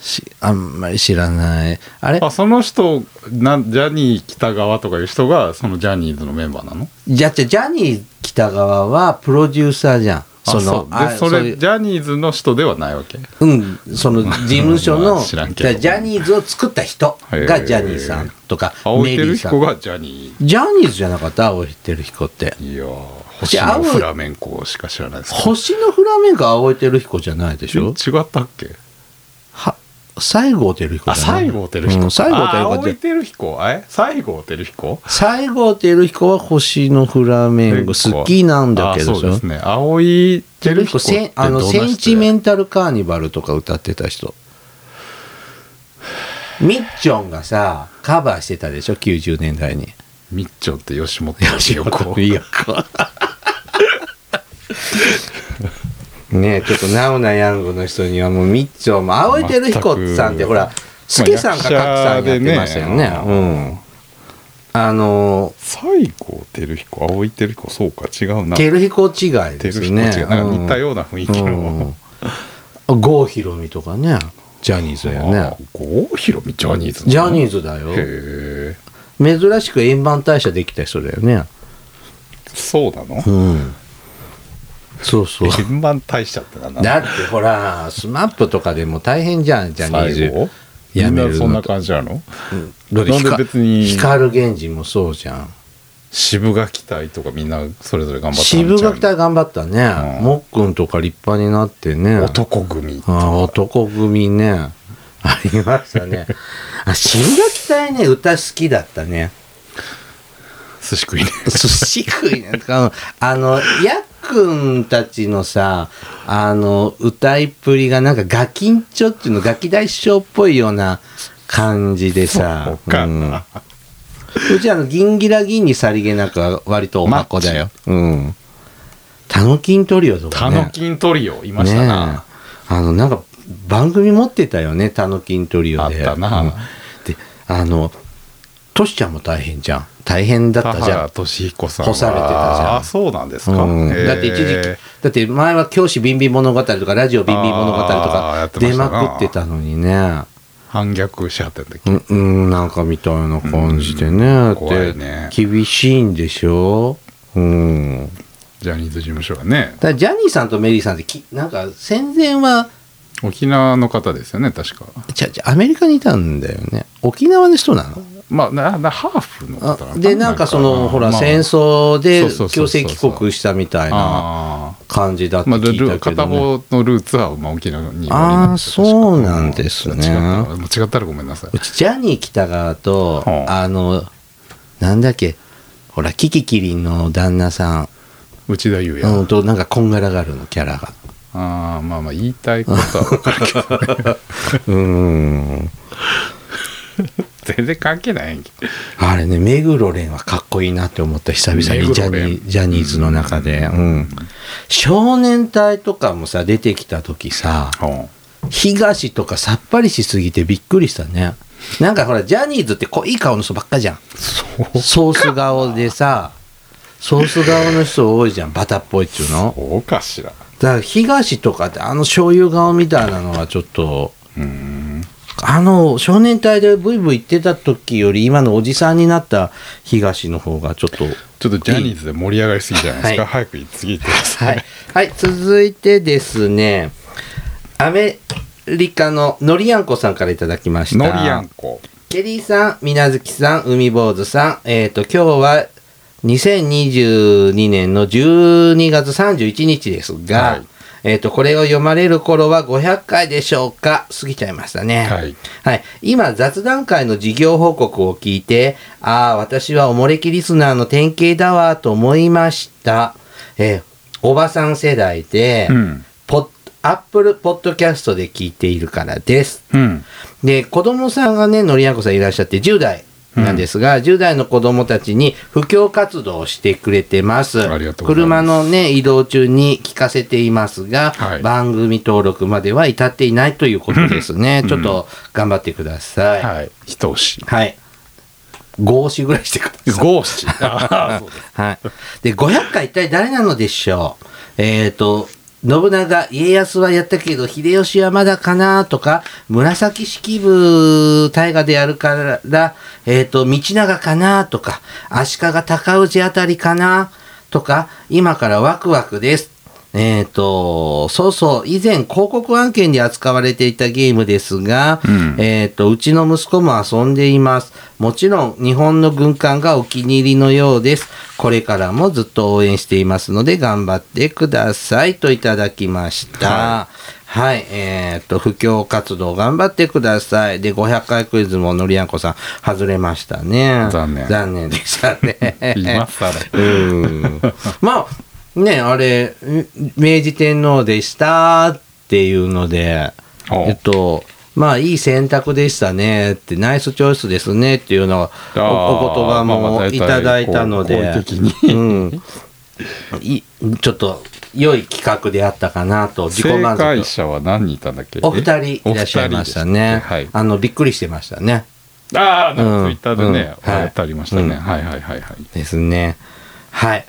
S1: しあんまり知らない。あれ
S2: あその人なんジャニー北川とかいう人がそのジャニーズのメンバーなの
S1: じゃ、じゃ、ジャニー北川はプロデューサーじゃん。
S2: あ
S1: そ
S2: そ
S1: の
S2: う、
S1: あ
S2: でそ
S1: そうい
S2: れ
S1: う
S2: ジャニーズの人ではないわけ
S1: うん、その事務所
S2: ま
S1: の、
S2: あ知らんけど
S1: だからジャニーズを作った人がジャニーさんとか、
S2: 青
S1: メ
S2: 井
S1: リ
S2: 輝
S1: ーさ
S2: 彦
S1: ん。
S2: がジャニ
S1: ジャニーズじゃなかった青井輝彦って。
S2: ーいやー星のフラメンコしか知らないですけど
S1: 星のフラメンコは青井輝彦じゃないでしょ
S2: 違ったっけ
S1: は西郷輝彦
S2: あ
S1: じゃない
S2: 西郷輝彦、
S1: うん西郷輝
S2: あ
S1: 彦
S2: 青井
S1: って
S2: 輝彦え西郷輝彦
S1: 西郷輝彦は星のフラメンコ好きなんだけど
S2: あそうです
S1: ね、
S2: ね青井輝
S1: 輝
S2: 彦
S1: 彦
S2: って
S1: せん
S2: ど
S1: あの
S2: んな
S1: センチメ
S2: ン
S1: ンタルカーニバルとか歌ってた人みっちょんがさカバーしてたでしょ90年代に
S2: みっちょんって吉本 吉子
S1: いやこうねえちょっとナウなヤングの人にはもうみっちょんも青井輝彦さんって
S2: 全く
S1: ほらスケさんかカクさんやってましたよね,、
S2: まあ役者で
S1: うんあの
S2: 西郷輝彦青井輝彦そうか違うな
S1: 輝彦違いで
S2: 輝
S1: す
S2: 彦違う、
S1: ね
S2: なんか似たような雰囲気の、
S1: うん郷ひろみとかねジャニーズだよね
S2: あ郷ひろみジャニーズ
S1: ジャニー
S2: ズ
S1: ズだよ
S2: へえ
S1: 珍しく円盤退社できた人だよね
S2: そうなの
S1: うんそうそう
S2: 円盤大社ってなんなの
S1: だってほら、スマップとかでも大変じゃん、ジャニー
S2: 最
S1: ズ。
S2: 後み
S1: や
S2: ん
S1: めるのと
S2: なそんな感じなの
S1: だって
S2: なんで
S1: ひか
S2: 別に
S1: 光源氏もそうじゃん。
S2: 渋垣隊とかみんなそれぞれ頑張ったんちゃうの
S1: 渋垣隊頑張ったね。
S2: うん
S1: もっくんとか立派になってね。
S2: 男組とか
S1: あ男組ね。ありましたね。あ、渋垣隊ね、歌好きだったね。
S2: 寿司食いね。
S1: 寿司食いなんか、あの、やっくんたちのさ、あの、歌いっぷりがなんかガキンチョっていうの、ガキ大将っぽいような感じでさ、
S2: そうか
S1: んうちあの、ギンギラギンにさりげなくは割とおまこだよ。うん。タノキントリオとか
S2: タ
S1: ね。
S2: ノキントリオいました
S1: ね
S2: な。
S1: えあのなんか番組持ってたよね「たのきんトリオで」
S2: あったな
S1: うんであのトシちゃんも大変じゃん大変だっ
S2: 田
S1: たじゃ
S2: 原
S1: ん
S2: 俊彦さん
S1: 干されてたじゃん
S2: あそうなんですか、
S1: うん、
S2: へー
S1: だって一時期だって前は「教師ビンビン物語」とか「ラジオビンビン物語」と
S2: あーやっ
S1: か
S2: てま
S1: 出
S2: したな
S1: まくってたのにね
S2: 反逆しちゃってんだっけ
S1: うん、うん、なんかみたいな感じでね、だって
S2: 怖いね
S1: 厳しいんでしょうん
S2: ジャニーズ事務所がね
S1: だからジャニーさんとメリーさんってきなんか戦前は
S2: 沖縄の方ですよね確か
S1: じゃじゃアメリカにいたんだよね沖縄の人なの
S2: まあななハーフの方
S1: あでなんかそのほら戦争で強制帰国したみたいな
S2: あ
S1: 感じだって
S2: まあ、ル
S1: 聞い
S2: ル
S1: たけ
S2: 片
S1: ど、ね、
S2: 方のルーツは、まあ、沖縄に
S1: あーそうなんですね
S2: 違ったもう違ったらごめんなさいう
S1: ちジャニー喜多川と
S2: うん
S1: あのなんだっけほらキキキリンの旦那さん
S2: 内田裕也、
S1: うんとなんかこんがらがるのキャラが
S2: ああまあまあ言いたいことは分かるけど
S1: うん
S2: 全然関係ないんけ
S1: あれね目黒蓮はかっこいいなって思った久々にジャ
S2: 目黒
S1: ニ
S2: 蓮
S1: ージャニーズの中で、うん、少年隊とかもさ出てきた時さ、
S2: ど
S1: 東とかさっぱりしすぎてびっくりしたねなんかほらジャニーズって濃い顔の人ばっかじゃん
S2: そう
S1: ソース顔でさソース顔の人多いじゃんバタっぽいっちゅうの
S2: そうかしら
S1: だから東とかってあの醤油顔みたいなのはちょっと
S2: うん
S1: あの少年隊でブイブイ言ってた時より今のおじさんになった東の方がちょっと
S2: ちょっとジャニーズで盛り上がりすぎじゃないですか、
S1: はい
S2: 早く次行ってください、
S1: はい、はい、続いてですねアメリカののりやんこさんからいただきました
S2: のりやんこ
S1: ケリーさん、みなずきさん、海坊主さん、えっ、と、今日は2022年の12月31日ですが、
S2: はい
S1: えっ、と、これを読まれる頃は500回でしょうか過ぎちゃいましたね。
S2: はい。
S1: はい。今、雑談会の事業報告を聞いて、ああ、私はおもれきリスナーの典型だわ、と思いました。えーおばさん世代で、
S2: うん
S1: ポッアップルポッドキャストで聞いているからです。
S2: うん
S1: で子供さんがねのりやんこさんいらっしゃって10代なんですが、10代の子供たちに布教活動をしてくれてます
S2: ありがとうござい
S1: 車
S2: ます
S1: のね移動中に聞かせていますが、
S2: はい
S1: 番組登録までは至っていないということですね、ちょっと頑張ってくださいはい、
S2: はい一押し
S1: 合詞ぐらいしてください
S2: ゴーシ ああそうです
S1: はい。で、500回一体誰なのでしょうえっ、と、信長、家康はやったけど、秀吉はまだかなとか、紫式部大河でやるから、えっ、と、道長かなとか、足利高氏あたりかなとか、今からワクワクです。えっ、と、そうそう、以前広告案件で扱われていたゲームですが、
S2: うん
S1: えっ、と、うちの息子も遊んでいます。もちろん、日本の軍艦がお気に入りのようです。これからもずっと応援していますので、頑張ってください。といただきました。はい、えっ、と、布教活動頑張ってください。で、500回クイズものりやんこさん、外れましたね。
S2: 残念
S1: 残念でしたね。
S2: 今更
S1: うんまあねあれ明治天皇でしたっていうので
S2: お
S1: えっとまあいい選択でしたねってナイスチョイスですねっていうのをおお言葉もいただいたので、
S2: まあ大体こう好意的に
S1: うん、いちょっと良い企画であったかなと自己
S2: 正
S1: 満
S2: 解
S1: 足
S2: 者は何人いたんだっけ
S1: お二人いらっしゃいましたね
S2: お二人でしたっけ
S1: あのびっくりしてましたね
S2: はい、ああなん
S1: うん
S2: かツイッターで
S1: うん
S2: ね、
S1: はい
S2: やってありましたね、
S1: うん
S2: はいはいはいはい
S1: ですね。はい。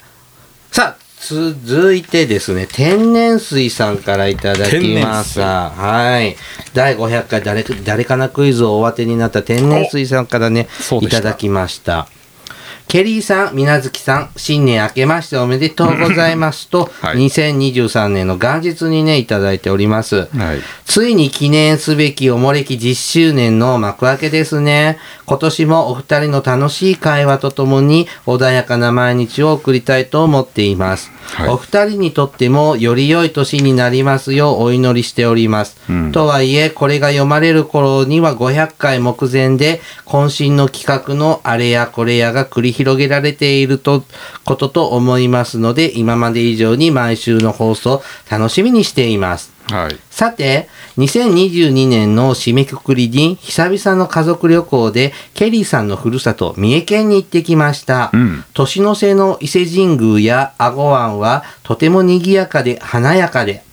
S1: さあ、続いてですね、天然水さんからいただきまし
S2: 天
S1: た。はい。第500回誰か、誰かなクイズをお当てになった天然水さんからね
S2: おそう、
S1: い
S2: でした
S1: ただきました。ケリーさん、みなずきさん、新年明けましておめでとうございますと、
S2: はい
S1: 2023年の元日にね、いただいております。
S2: はい
S1: ついに記念すべきおもれき10周年の幕開けですね。今年もお二人の楽しい会話とともに穏やかな毎日を送りたいと思っています。
S2: はい
S1: お二人にとってもより良い年になりますようお祈りしております。
S2: うん
S1: とはいえ、これが読まれる頃には500回目前で、渾身の企画のあれやこれやが繰り広げられていると、ことと思いますので、今まで以上に毎週の放送楽しみにしています。
S2: はい。
S1: さて、2022年の締めくくりに、久々の家族旅行で、ケリーさんのふるさと、三重県に行ってきました。
S2: うん
S1: 年の瀬の伊勢神宮や阿護湾は、とても賑やかで華やかで、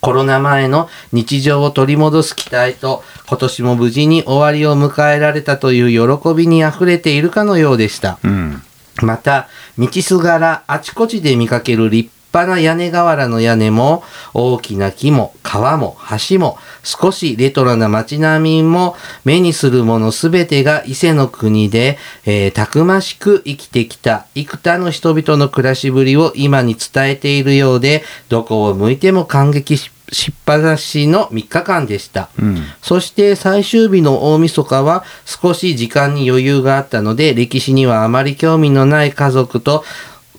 S1: コロナ前の日常を取り戻す期待と、今年も無事に終わりを迎えられたという喜びに溢れているかのようでした。
S2: うん。
S1: また道すがらあちこちで見かける立派な屋根瓦の屋根も大きな木も川も橋も少しレトロな街並みも目にするものすべてが伊勢の国で、えーたくましく生きてきた幾多の人々の暮らしぶりを今に伝えているようでどこを向いても感激ししっぱなしの3日間でした。
S2: うん。
S1: そして最終日の大晦日は少し時間に余裕があったので歴史にはあまり興味のない家族と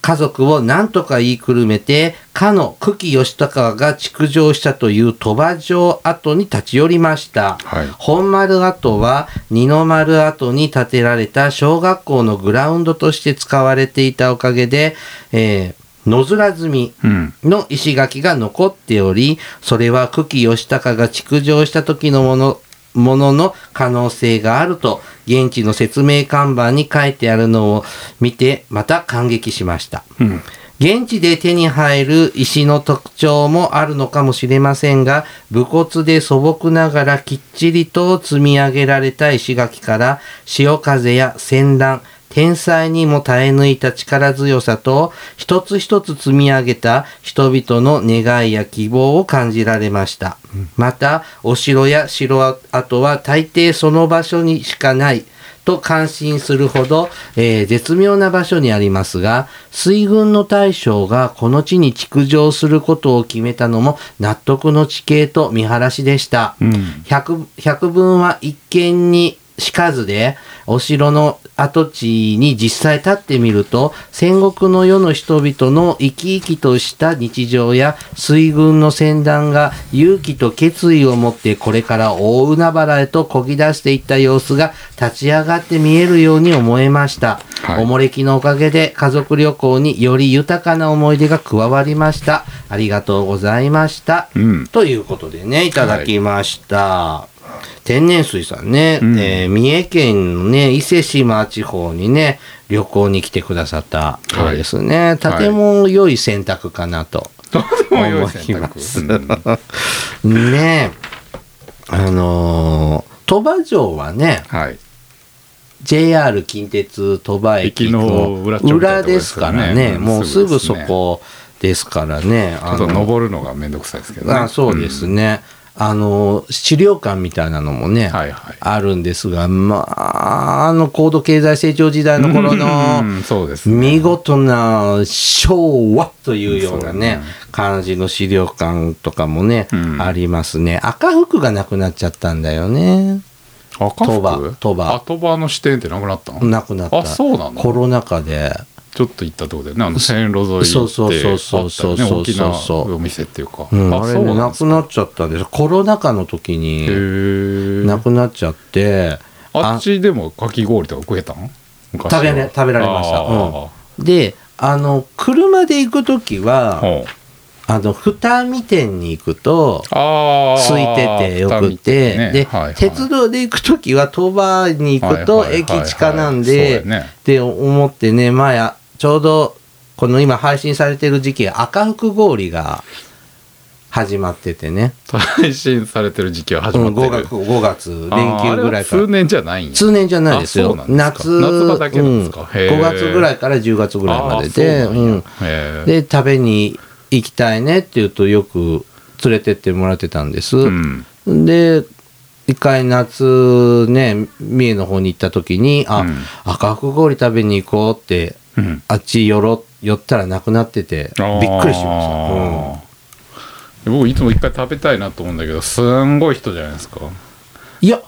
S1: 家族を何とか言いくるめてかの久喜義高が築城したという鳥羽城跡に立ち寄りました。
S2: はい
S1: 本丸跡は二の丸跡に建てられた小学校のグラウンドとして使われていたおかげで、えー野面積み、
S2: うん。
S1: の石垣が残っており、それは久喜義高が築城した時のもの、ものの可能性があると、現地の説明看板に書いてあるのを見て、また感激しました。
S2: うん。
S1: 現地で手に入る石の特徴もあるのかもしれませんが、武骨で素朴ながらきっちりと積み上げられた石垣から、潮風や戦乱、天災にも耐え抜いた力強さと、一つ一つ積み上げた人々の願いや希望を感じられました。また、お城や城跡は大抵その場所にしかない、と感心するほど、えー絶妙な場所にありますが、水軍の大将がこの地に築城することを決めたのも納得の地形と見晴らしでした。
S2: うん。
S1: 百百分は一見にしかずで、お城の跡地に実際立ってみると、戦国の世の人々の生き生きとした日常や水軍の戦団が勇気と決意を持ってこれから大海原へと漕ぎ出していった様子が立ち上がって見えるように思えました。
S2: はい
S1: おもれきのおかげで家族旅行により豊かな思い出が加わりました。ありがとうございました。
S2: うん。
S1: ということでね、いただきました。天然水さんね、
S2: うん
S1: えー三重県のね、伊勢志摩地方にね、旅行に来てくださったようですね。とても良い選択かなと
S2: どうでも
S1: 思
S2: よい
S1: い
S2: 選
S1: ま
S2: 択。
S1: す。
S2: うんは
S1: ねあのー鳥羽城はね、
S2: い。
S1: JR 近鉄鳥羽駅の
S2: 駅の裏っちょみたいな
S1: 裏
S2: とこで
S1: ですす
S2: か
S1: から
S2: ね
S1: らね、もうすぐ
S2: す
S1: そ
S2: ぐですね
S1: こですからね。
S2: ちょっと登るのがめんどくさいですけどね。
S1: あそうですね、あの資料館みたいなのもね、
S2: はいはい
S1: あるんですがまああの高度経済成長時代
S2: う
S1: の
S2: ん。
S1: 頃
S2: う
S1: の
S2: んそうですね。
S1: 見事な昭和というようなね
S2: そうだね
S1: 感じの資料館とかもね、
S2: うん
S1: ありますね赤福がなくなっちゃったんだよね
S2: 赤
S1: 鳥羽
S2: 福
S1: 鳥羽
S2: あ、鳥羽の支店ってなくなったの
S1: なくなった
S2: あそうなの
S1: コロナ禍で
S2: ちょっと行ったとこでね、あの線路沿いに行って
S1: そうそうそうそうそう
S2: あったよね大きな
S1: そうそうそう
S2: お店っていうか。
S1: うん、
S2: あ
S1: あれ
S2: そう
S1: ね
S2: なん
S1: な
S2: です
S1: くなっちゃったんですコロナ禍の時
S2: へ
S1: に
S2: ー
S1: なくなっちゃって
S2: あっちでもかき氷とか食えたん昔は
S1: 食べれ食べられました
S2: あー
S1: であの車で行く時は
S2: ほう
S1: あの二見店に行くと
S2: あー
S1: 空いててよくて、
S2: ね
S1: で、
S2: はいはい
S1: 鉄道で行く時は鳥羽に行くと
S2: はいはいはいはい
S1: 駅近なん
S2: そ
S1: で、
S2: うだよね
S1: って思ってね前あちょうどこの今配信されてる時期赤福氷が始まっててね、
S2: 配信されてる時期は始
S1: う
S2: ま
S1: ん、
S2: ってる、
S1: 5月5月連
S2: あー
S1: 休ぐらいか
S2: あれ
S1: ら
S2: は通年じゃないんや
S1: 通年じゃないですよ
S2: あそうなんですか
S1: 夏
S2: 夏場だけなんですか
S1: うん
S2: へー
S1: 5月ぐらいから10月ぐらいまでで
S2: あーそうなんや
S1: うん
S2: へー
S1: で食べに行きたいねって言うとよく連れてってもらってたんです、
S2: うん
S1: で一回夏ね三重の方に行った時にあ、
S2: うん
S1: 赤福氷食べに行こうって
S2: うん
S1: あっち寄ろ寄ったらなくなっててびっくりしました、うん
S2: した、僕いつも一回食べたいなと思うんだけどすんごい人じゃないですか
S1: いや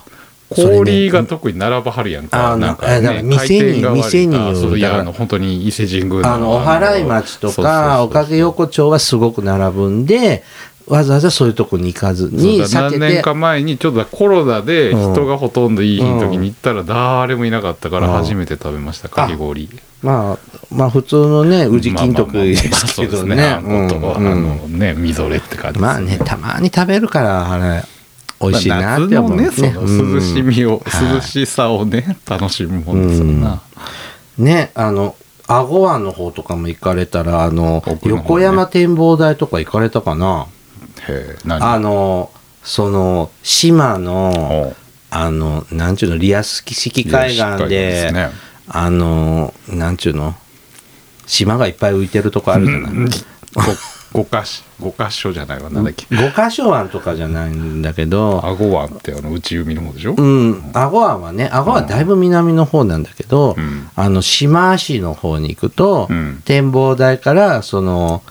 S1: それね
S2: 氷が特に並ばはるやん
S1: あ
S2: か。
S1: ー
S2: なんか、
S1: あーだから
S2: ね、
S1: 店に
S2: 回転が悪いか
S1: 店による
S2: そのい
S1: だから
S2: や、あの、本当に伊勢神宮
S1: あの、お払い町とか、おかげ
S2: よ
S1: 横丁はすごく並ぶんで、わざわざそういうとこに行かずに、避
S2: 何
S1: け
S2: 年
S1: て
S2: か、前に、ちょっとコロナで
S1: うん
S2: 人がほとんどいい日の時に行ったら、誰もいなかったから、
S1: うん
S2: 初めて食べました、かき氷。
S1: まあ、まあ普通のね、宇治金徳ですけどね。
S2: まあまあまあまあそうですねあんこと、
S1: うん
S2: あのね、みぞれって感じです、
S1: まあね、たまに食べるから、あれ、美味しいなって思う
S2: まあ夏のね、その涼しみを、
S1: はい
S2: 涼しさをね、楽しむもんですよな。
S1: うんね、あの、アゴ湾の方とかも行かれたら、あの、
S2: 奥の方ね
S1: 横山展望台とか行かれたかな
S2: へえ、何
S1: あの、その、島の、
S2: おう
S1: あの、なんちゅうの、リアス式海
S2: いやしっか
S1: 岸
S2: りで
S1: で、
S2: すね
S1: あの、なんちゅうの、島がいっぱい浮いてるとこあるじゃない。
S2: ご五箇所五箇所じゃないわなんだっけ
S1: 五箇所湾とかじゃないんだけど、
S2: アゴ湾ってあの内海の方でしょ、
S1: うん、アゴアはね、アゴアはだいぶ南の方なんだけど、
S2: うん
S1: あの、島市の方に行くと、
S2: うん
S1: 展望台から、その、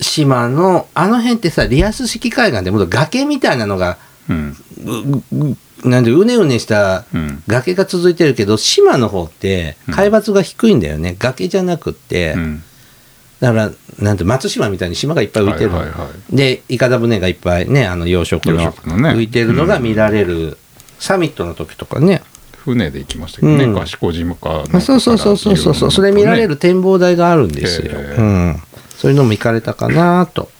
S1: 島の、あの辺ってさ、リアス式海岸で、もっと崖みたいなのが、
S2: うん
S1: ううなんで、うねうねした
S2: うん
S1: 崖が続いてるけど、島の方って、海抜が低いんだよね。崖じゃなくって、
S2: うん、
S1: だから、なんて、松島みたいに島がいっぱい浮いてるの。
S2: はいはいはい
S1: で、イカダ船がいっぱいね、あの、養殖の
S2: 養殖のね
S1: 浮いてるのが見られる、サミットの時とかね。
S2: 船で行きましたけどね、
S1: うん
S2: 賢島かなんか
S1: そうそうそうそうそうそう、それ見られる展望台があるんですよ。
S2: へえ
S1: うん。そういうのも行かれたかなと。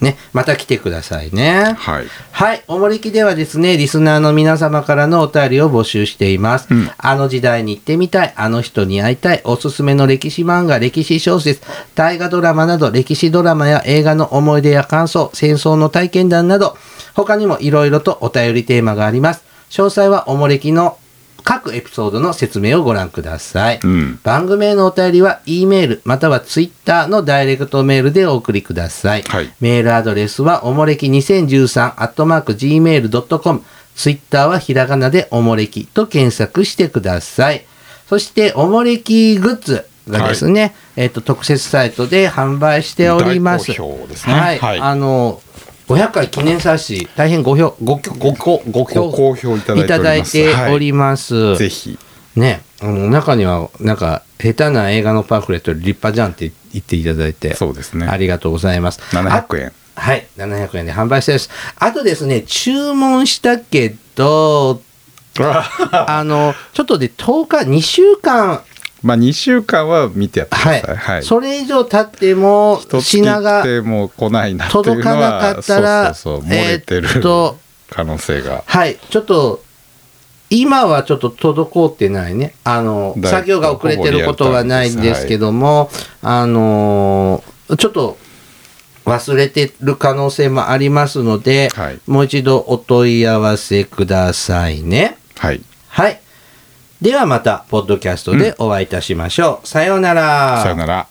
S1: ね、また来てくださいね。
S2: はい
S1: はい。おもれきではですね、リスナーの皆様からのお便りを募集しています。
S2: うん
S1: あの時代に行ってみたい、あの人に会いたい、おすすめの歴史漫画、歴史小説、大河ドラマなど、歴史ドラマや映画の思い出や感想、戦争の体験談など、他にもいろいろとお便りテーマがあります。詳細はおもれきの各エピソードの説明をご覧ください。
S2: うん
S1: 番組へのお便りは E メールまたは Twitter のダイレクトメールでお送りください、
S2: はい
S1: メールアドレスはおもれき2013 gmail.com ツイッターはひらがなでおもれきと検索してください。そして、おもれきグッズがですね、えっ、と、特設サイトで販売しております。
S2: 大好評ですね
S1: はい。
S2: はい
S1: あの、500回記念冊子、大変ご評、ご、ご、ご、ご
S2: ご好評いただいておりま
S1: い
S2: す
S1: ただいております。
S2: ぜひ
S1: ね、あの中にはなんか下手な映画のパンフレット立派じゃんって言っていただいて
S2: そうですね
S1: ありがとうございます
S2: 700円
S1: あはい700円で販売してますあとですね注文したけどあのちょっとで10日2週間
S2: まあ2週間は見てやってくだ
S1: は
S2: さ
S1: い、
S2: い、はい
S1: それ以上経っても品が
S2: でもう来ないなっていう
S1: 届
S2: の
S1: かな
S2: は
S1: かったら
S2: そうそうそう漏れてる
S1: えーっと
S2: 可能性が
S1: はいちょっと今はちょっと滞ってないね。あの、
S2: だい
S1: 作業が遅れてることはないんですけども、あのーちょっと忘れてる可能性もありますので、
S2: はい
S1: もう一度お問い合わせくださいね。
S2: はい
S1: はい。ではまた、ポッドキャストでお会いいたしましょう。さようなら。
S2: さよなら